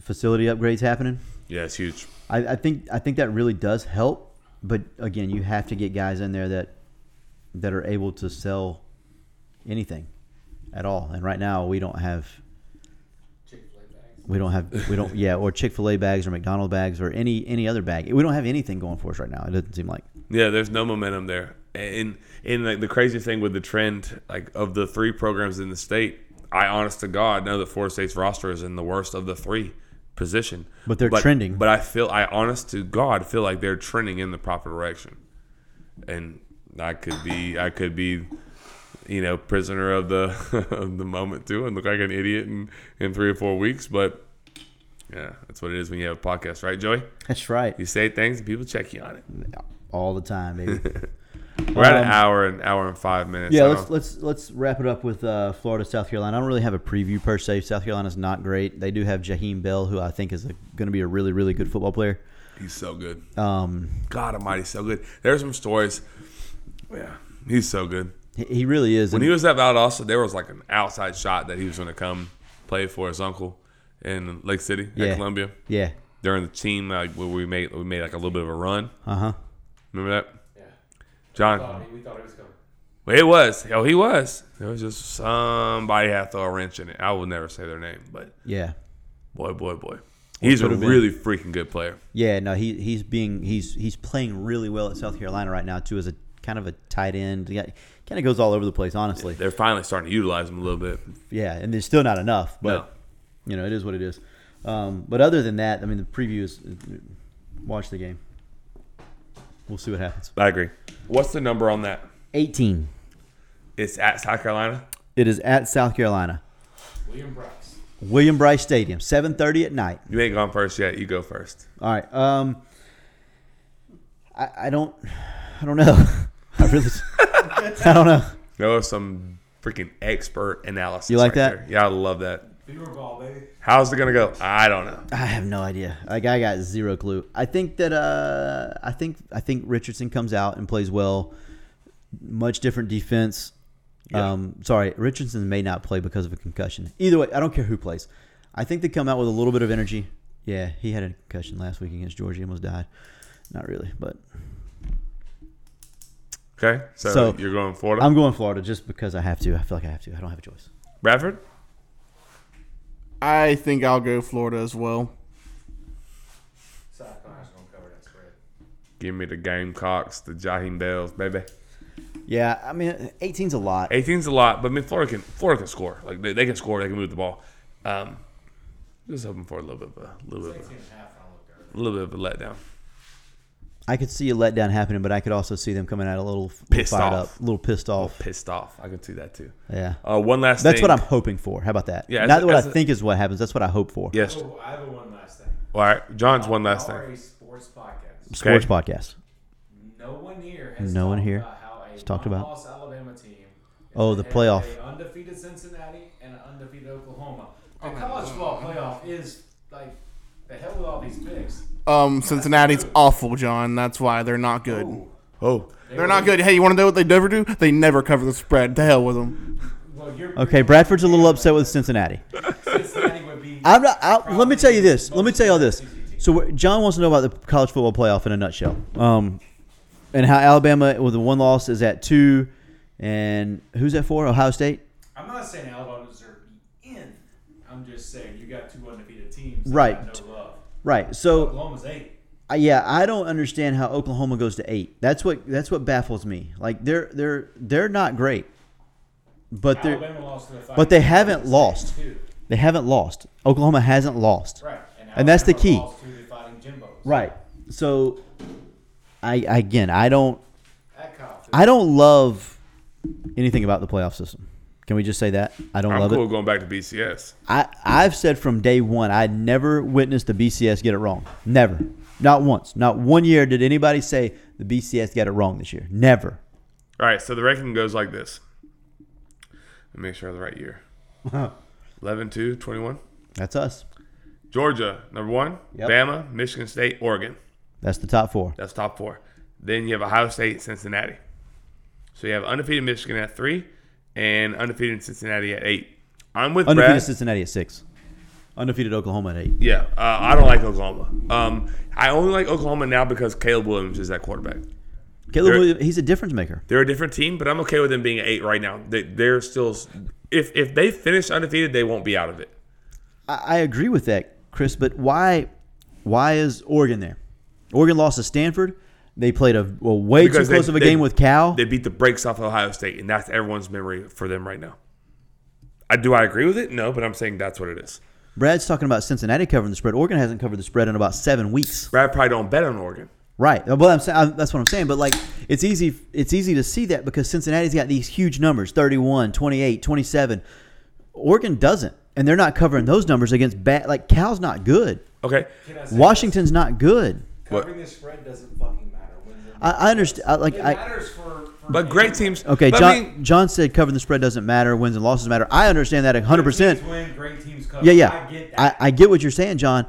facility upgrades happening.
Yeah, it's huge.
I, I think I think that really does help. But again, you have to get guys in there that that are able to sell anything at all. And right now, we don't have
Chick-fil-A bags.
we don't have we don't yeah or Chick Fil A bags or McDonald bags or any any other bag. We don't have anything going for us right now. It doesn't seem like
Yeah, there's no momentum there. And and like the crazy thing with the trend, like of the three programs in the state, I honest to God know that Florida State's roster is in the worst of the three position.
But they're trending.
But I feel I honest to God feel like they're trending in the proper direction. And I could be I could be you know, prisoner of the of the moment too, and look like an idiot in, in three or four weeks. But yeah, that's what it is when you have a podcast, right, Joey?
That's right.
You say things and people check you on it.
All the time, baby.
We're at
Um,
an hour, an hour and five minutes.
Yeah,
I
let's
don't-
let's let's wrap it up with uh, Florida, South Carolina. I don't really have a preview per se. South Carolina's not great. They do have Jaheim Bell, who I think is going to be a really really good football player.
he's so good.
Um,
God Almighty, so good. There's some stories. Yeah, he's so good.
he, he really is.
When
And-
he was at Valdosta, there was like an outside shot that he was going to come play for his uncle in Lake City
Yeah.
at Columbia
yeah.
during the team like where we made we made like a little bit of a run.
Uh huh.
Remember that,
Yeah.
John?
Thought, we thought it was coming.
Well, it was. Oh, he was. It was just somebody had to throw a wrench in it. I will never say their name, but
Yeah.
boy, boy, boy, he's a
could've been.
really freaking good player.
Yeah. No, he he's being he's he's playing really well at South Carolina right now too as a kind of a tight end. Yeah, kind of goes all over the place, honestly.
They're finally starting to utilize him a little bit.
Yeah, and there's still not enough, but
No.
you know it is what it is. Um, but other than that, I mean the preview is uh, watch the game. We'll see what happens.
I agree. What's the number on that?
18.
It's at South Carolina.
It is at South Carolina,
William Bryce.
William Bryce Stadium, 7:30 at night.
You ain't gone first yet. You go first.
All right. Um, I, I don't, I don't know. I really, I don't know.
There was some freaking expert analysis.
You like
right
that?
there. Yeah, I love that.
Fever ball, baby.
How's it gonna go? I don't know.
I have no idea. Like I got zero clue. I think that uh, I think I think Richardson comes out and plays well. Much different defense. Um, sorry, Richardson may not play because of a concussion. Either way, I don't care who plays. I think they come out with a little bit of energy. Yeah, he had a concussion last week against Georgia. He almost died. Not really, but
Okay, so,
So,
you're going Florida,
I'm going Florida just because I have to. I feel like I have to. I don't have a choice.
Bradford.
I think I'll go Florida as well.
South Carolina's gonna cover that spread.
Give me the Gamecocks, the Jaheim Bells, baby.
Yeah, I mean, 18's a lot.
18's a lot, but I mean Florida can Florida can score. Like they, they can score, they can move the ball. Um, just hoping for a little bit of a little bit of
Sixteen and a half, I looked earlier.
a, little bit of a letdown.
I could see a letdown happening, but I could also see them coming out a little
Pissed
fired
off.
up, a little pissed off.
Pissed off. I can see that too.
Yeah.
Uh, one last.
That's
thing.
what I'm hoping for. How about that?
Yeah,
Not
as a-
what I
as a-
think is what happens. That's what I hope for.
Yes.
Oh, I have a one last thing.
All right. John's one last
Our
thing.
sports podcast.
Sports
Okay.
podcast.
No one here has
No
talked
one here
about how a
has talked about-
lost Alabama team.
Oh, the
had
playoff.
A undefeated Cincinnati and an undefeated Oklahoma. The college football playoff is like the hell with all these picks.
Um, Cincinnati's awful, John. That's why they're not good.
Ooh,
Oh,
they
They're
were-
not good. Hey, you want to know what they never do? They never cover the spread. To hell with them.
Well, you're
Okay, Bradford's a little upset with Cincinnati.
Cincinnati would be.
I'm not. I, let me tell you this. Let me tell you all this. So we're- John wants to know about the college football playoff in a nutshell, um, and how Alabama with the one loss is at two, and who's that for? Ohio State.
I'm not saying Alabama deserves to be in. I'm just saying you got two undefeated teams. that
Right.
got No love.
Right. So
Oklahoma's eight.
I- yeah, I don't understand how Oklahoma goes to eight. That's what that's what baffles me. Like they're they're they're not great, but they're
Alabama lost to the
but they
Vikings.
haven't lost.
Two.
They haven't lost. Oklahoma hasn't lost.
Right.
And that's the
Alabama
key.
lost to the Fighting Jimbos.
Right. So, I again, I don't
That cop.
I don't love anything about the playoff system. Can we just say that? I don't
I'm
love
cool
it.
going back to BCS.
I, I've said from day one, I never witnessed the BCS get it wrong. Never. Not once. Not one year did anybody say the BCS got it wrong this year. Never.
All right. So the ranking goes like this. Let me make sure I have the right year. 11, 2, 21.
That's us.
Georgia, number one.
Yep.
Bama, Michigan State, Oregon.
That's the top four.
That's top four. Then you have Ohio State, Cincinnati. So you have undefeated Michigan at three and undefeated Cincinnati at eight. I'm with
Undefeated
Brad.
Cincinnati at six. Undefeated Oklahoma at eight.
Yeah, uh, I don't like Oklahoma. Um, I only like Oklahoma now because Caleb Williams is that quarterback.
Caleb
They're-
Williams, he's a difference maker.
They're a different team, but I'm okay with them being at eight right now. They, they're still, if if they finish undefeated, they won't be out of it.
I, I agree with that, Chris. But why, why is Oregon there? Oregon lost to Stanford. They played a well, way
Because
too
they-
close of a
they-
game with Cal.
They beat the brakes off Ohio State, and that's everyone's memory for them right now. I do I agree with it? No, but I'm saying that's what it is.
Brad's talking about Cincinnati covering the spread. Oregon hasn't covered the spread in about seven weeks.
Brad probably don't bet on Oregon.
Right. Well, I'm saying I'm- that's what I'm saying. But like, it's easy. It's easy to see that because Cincinnati's got these huge numbers: 31, 28, 27. Oregon doesn't, and they're not covering those numbers against bad. Like Cal's not good.
Okay,
Can I say
Washington's not good.
this? Covering this spread doesn't fucking matter. Wins or
I, I understand. I, like
loses. it
I.
matters for, for
but great teams.
Okay,
but
John.
I mean,
John said covering the spread doesn't matter. Wins and losses matter. I understand that 100. percent
Teams win, great teams cover.
Yeah, yeah.
I get
I,
that.
I get what you're saying, John.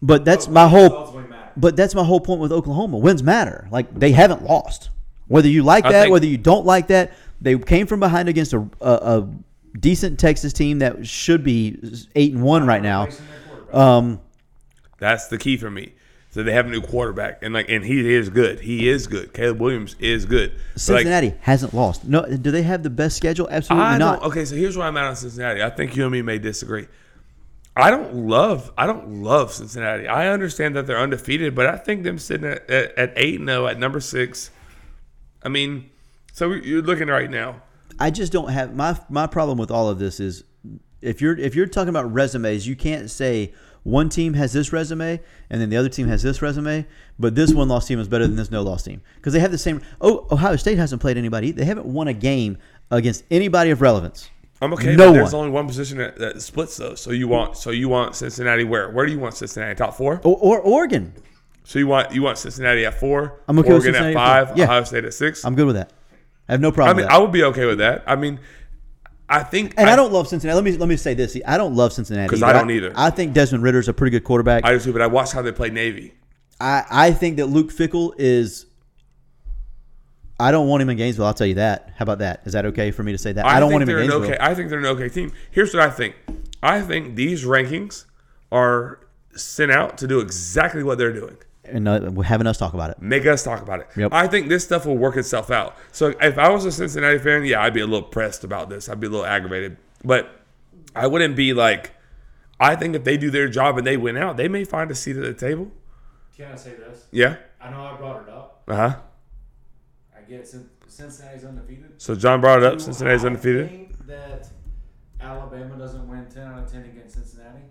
But that's
But
my
results
whole.
won't matter.
But that's my whole point with Oklahoma. Wins matter. Like they haven't lost. Whether you like
I
that,
think-
whether you don't like that, they came from behind against a, a, a decent Texas team that should be eight and one right now.
Replacing their quarterback.
Um,
that's the key for me. So they have a new quarterback, and like, and he is good. He is good. Caleb Williams is good. But, like,
Cincinnati hasn't lost. No, do they have the best schedule? Absolutely
I
not.
don't. Okay, so here's where I'm at on Cincinnati. I think you and me may disagree. I don't love. I don't love Cincinnati. I understand that they're undefeated, but I think them sitting at at, at eight and zero at number six. I mean, so you're looking right now.
I just don't have my my problem with all of this is if you're if you're talking about resumes, you can't say one team has this resume and then the other team has this resume, but this one loss team is better than this no loss team because they have the same. Oh, Ohio State hasn't played anybody; they haven't won a game against anybody of relevance.
I'm okay.
No
but there's
one.
only one position that, that splits those. So you want. So you want Cincinnati where? Where do you want Cincinnati? Top four.
Or, or Oregon,
So you want you want Cincinnati at four.
I'm okay with
Oregon
Cincinnati
at
at four.
five.
Yeah.
Ohio State at six.
I'm good with that. I have no
I
problem.
mean,
with that.
I would be okay with that. I mean, I think.
and I, don't love Cincinnati. Let me let me say this: See, I don't love Cincinnati
'Cause I
but
don't either.
I think Desmond Ritter is a pretty good quarterback.
I do too, but I watched how they play Navy.
I, I think that Luke Fickle is. I don't want him in Gainesville. I'll tell you that. How about that? Is that okay for me to say that? I, don't
think
want him in
they're an
Gainesville.
okay. I think they're an okay team. Here's what I think. I think these rankings are sent out to do exactly what they're doing.
And uh, we're having us talk about it.
Make us talk about it.
Yep.
I think this stuff will work itself out. So if I was a Cincinnati fan, yeah, I'd be a little pressed about this. I'd be a little aggravated, but I wouldn't be like. I think if they do their job and they win out, they may find a seat at the table.
Can I say this?
Yeah.
I know I brought it up.
Uh huh.
I get Cin- Cincinnati's undefeated.
So John brought it up.
Do
Cincinnati's
I
undefeated.
think that Alabama doesn't win 10 out of 10 against Cincinnati.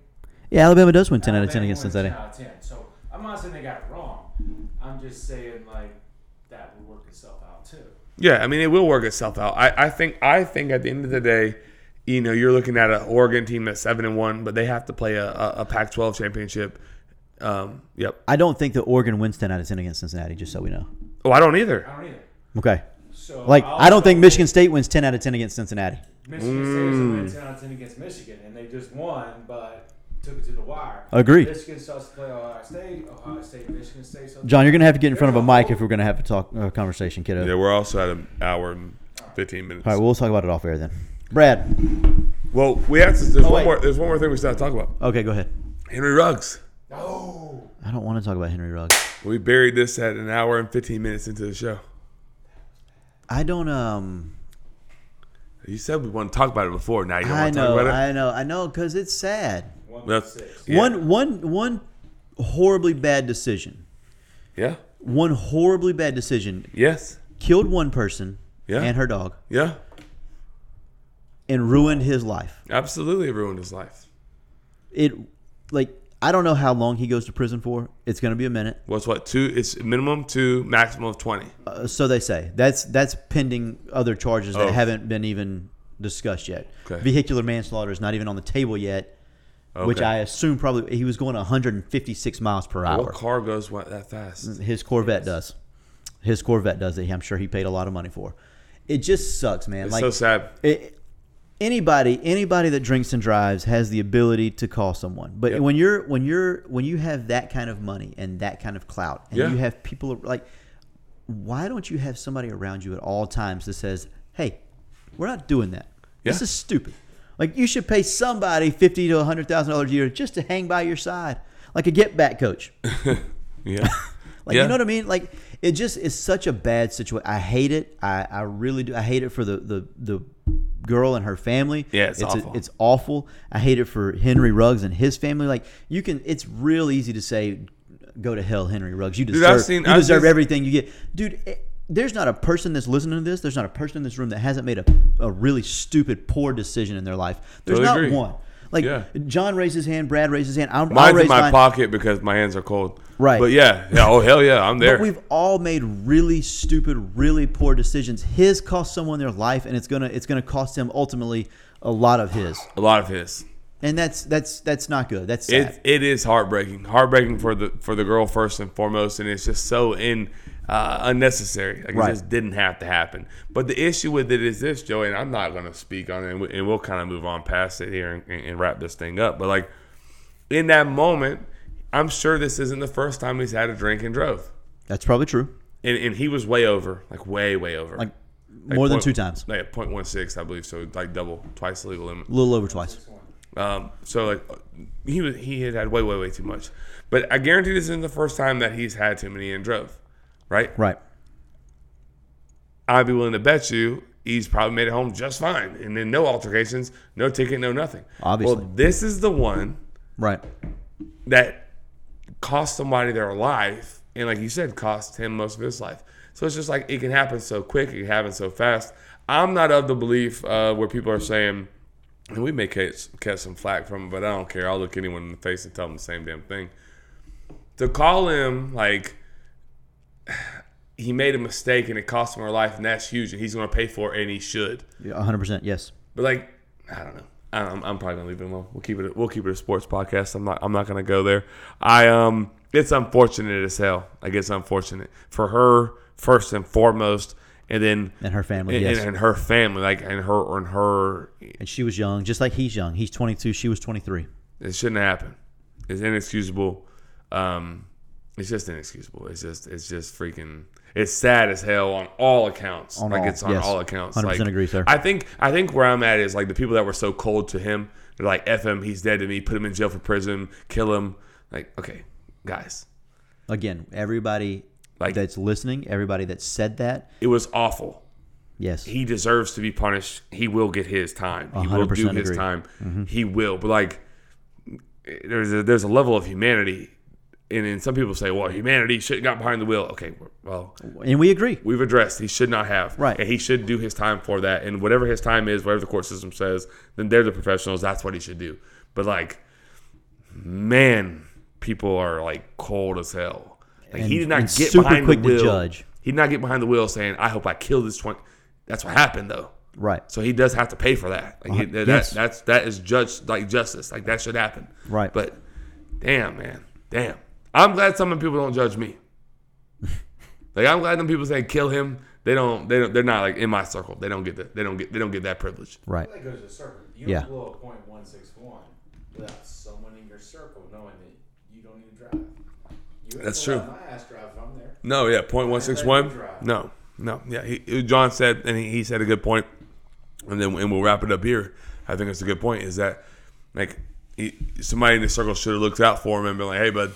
Yeah, Alabama does win ten out of ten
Alabama
against
wins
Cincinnati.
10 out of 10. So I'm not saying they got it wrong. I'm just saying, like, that would work itself out, too.
Yeah, I mean it will work itself out. I, I think I think at the end of the day, you know, you're looking at an Oregon team that's seven and one, but they have to play a, a, a Pac-12 championship. Um, yep.
I don't think that Oregon wins ten out of ten against Cincinnati. Just so we know.
Oh, I don't either.
I don't either.
Okay.
So
Like
I'll
I don't think
go-
Michigan State wins ten out of ten against Cincinnati.
Michigan State
Mm.
doesn't win 10 out of 10 against Michigan, and they just won, but took it to the wire.
Agreed.
Michigan starts to play Ohio State. Ohio State, Michigan State. starts to
John, you're gonna have to get in front of a mic if we're gonna have to talk a conversation, kiddo.
Yeah, we're also at an hour and fifteen minutes.
All right, we'll talk about it off air then. Brad.
Well, we have to. There's
Oh,
one
wait.
more. There's one more thing we still have to talk about.
Okay, go ahead.
Henry Ruggs.
No.
I don't want to talk about Henry Ruggs.
We buried this at an hour and fifteen minutes into the show.
I don't um
You said we want to talk about it before. Now you don't
I
want to talk
know,
about it.
I know, I know, because it's sad.
One
That's-
six.
yeah.
One one one horribly bad decision.
Yeah.
One horribly bad decision
Yes.
killed one person
Yeah.
and her dog
Yeah.
and ruined his life.
Absolutely ruined his life.
It like I don't know how long he goes to prison for. It's going to be a minute,
What's what? Two. It's minimum two, maximum of twenty.
uh, so they say. That's that's pending other charges that
Oh.
haven't been even discussed yet.
Okay.
Vehicular manslaughter is not even on the table yet, which
Okay.
I assume probably he was going 156 miles per hour.
What car goes wa- that fast?
His Corvette does. His Corvette does that. I'm sure he paid a lot of money for. It just sucks, man.
It's
like
so sad.
it- anybody, anybody that drinks and drives has the ability to call someone. But
Yep.
when you're when you're when you have that kind of money and that kind of clout, and
Yeah.
you have people like, why don't you have somebody around you at all times that says, "Hey, we're not doing that. This
Yeah.
is stupid." Like you should pay somebody fifty to hundred thousand dollars a year just to hang by your side, like a get back coach.
Yeah.
Like you know what I mean? Like it just is such a bad situation. I hate it. I, I really do. I hate it for the the the girl and her family.
Yeah, it's
it's,
awful.
it's awful. I hate it for Henry Ruggs and his family. Like you can, it's real easy to say go to hell, Henry Ruggs. You deserve,
Dude, I've seen-
you
I've
deserve
seen-
everything you get, dude. It, there's not a person that's listening to this. There's not a person in this room that hasn't made a, a really stupid, poor decision in their life. There's
Totally
not
agree.
one. Like
Yeah.
John raised his hand, Brad raised his hand. I'll, I'll
Mine's
raise
in my
mine.
pocket because my hands are cold.
Right.
But yeah, yeah. Oh hell yeah, I'm there.
But we've all made really stupid, really poor decisions. His cost someone their life, and it's gonna it's gonna cost him ultimately a lot of his.
a lot of his.
And that's that's that's not good. That's sad.
It it is heartbreaking, heartbreaking for the for the girl first and foremost, and it's just so in uh, unnecessary. Like
Right.
it just didn't have to happen. But the issue with it is this, Joey, and I'm not going to speak on it, and, we, and we'll kind of move on past it here and, and wrap this thing up. But like in that moment, I'm sure this isn't the first time he's had a drink and drove,
that's probably true.
and and he was way over, like way way over,
Like,
Like
more than
point-
two times, a
like 0.16, I believe. So like double, twice the legal limit.
little over twice.
Um, so like he was he had had way way way too much, but I guarantee this isn't the first time that he's had too many and drove, right?
Right.
I'd be willing to bet you he's probably made it home just fine, and then no altercations, no ticket, no nothing.
Obviously.
well, this is the one
Right.
that cost somebody their life, and like you said, cost him most of his life. So it's just like it can happen so quick, it can happen so fast. I'm not of the belief uh, where people are saying, and we may catch, catch some flack from, it, but I don't care. I'll look anyone in the face and tell them the same damn thing. To call him like he made a mistake and it cost him her life, and that's huge, and he's going to pay for it, and he should.
Yeah, 100%. Yes.
But like, I don't know. I- I'm, I'm probably gonna leave it alone. We'll keep it. We'll keep it a sports podcast. I'm not. I'm not gonna go there. I um. It's unfortunate as hell. Like it's unfortunate for her first and foremost, and then
And her family,
and,
yes.
and, and her family, like and her and her.
And she was young, just like he's young. He's 22, she was 23.
It shouldn't happen. It's inexcusable. Um, it's just inexcusable. It's just. It's just freaking. It's sad as hell on all accounts.
On
like
all-
it's on
yes.
all accounts.
100%
like,
agree, sir.
I think I think where I'm at is like the people that were so cold to him, they're like, F him, he's dead to me, put him in jail for prison, kill him. Like, okay, guys.
Again, everybody
Like-
that's listening, everybody that said that,
It was awful.
yes.
He deserves to be punished. He will get his time. He will do
100%
his
agree. Mm-hmm.
time. He will. But like there's a there's a level of humanity. And then some people say, well, humanity shouldn't got behind the wheel. Okay, well,
and we agree.
we've addressed he should not have
Right.
and he should do his time for that and whatever his time is whatever the court system says then they're the professionals that's what he should do but like man people are like cold as hell like
And-
he did not
and
get
super
behind
quick
the
to
wheel
judge.
he did not get behind the wheel saying i hope i kill this 20 that's what happened though
Right. Uh-huh.
so he does have to pay for that like he- that,
yes.
that's that is judged like justice like that should happen
Right.
but damn man damn i'm glad some people don't judge me like I'm glad them people saying kill him. They don't. They don't. They're not like in my circle. They don't get that. They don't get. They don't get that privilege.
Right.
That goes to circle. You
Yeah.
don't blow a point one six one without someone in your circle knowing that you don't need to drive. You ain't
That's
gonna
true.
let My ass drive if I'm there.
No. Yeah. Point one six one.
Drive.
No. No. Yeah. He, John said, and he, he said a good point. And then and we'll wrap it up here. I think it's a good point. Is that like he, somebody in the circle should have looked out for him and been like, hey, bud,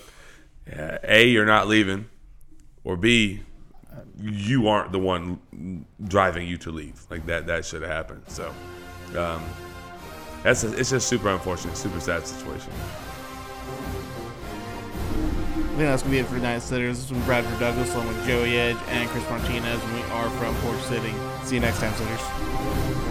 uh, a you're not leaving, or b you aren't the one driving you to leave. Like that. That should have happened. So. Um, that's it's just super unfortunate, super sad situation.
I think that's going to be it for Night Sitters. This has been Bradford Douglas along with Joey Edge and Chris Martinez, and we are from Porch Sitting. See you next time, Sitters.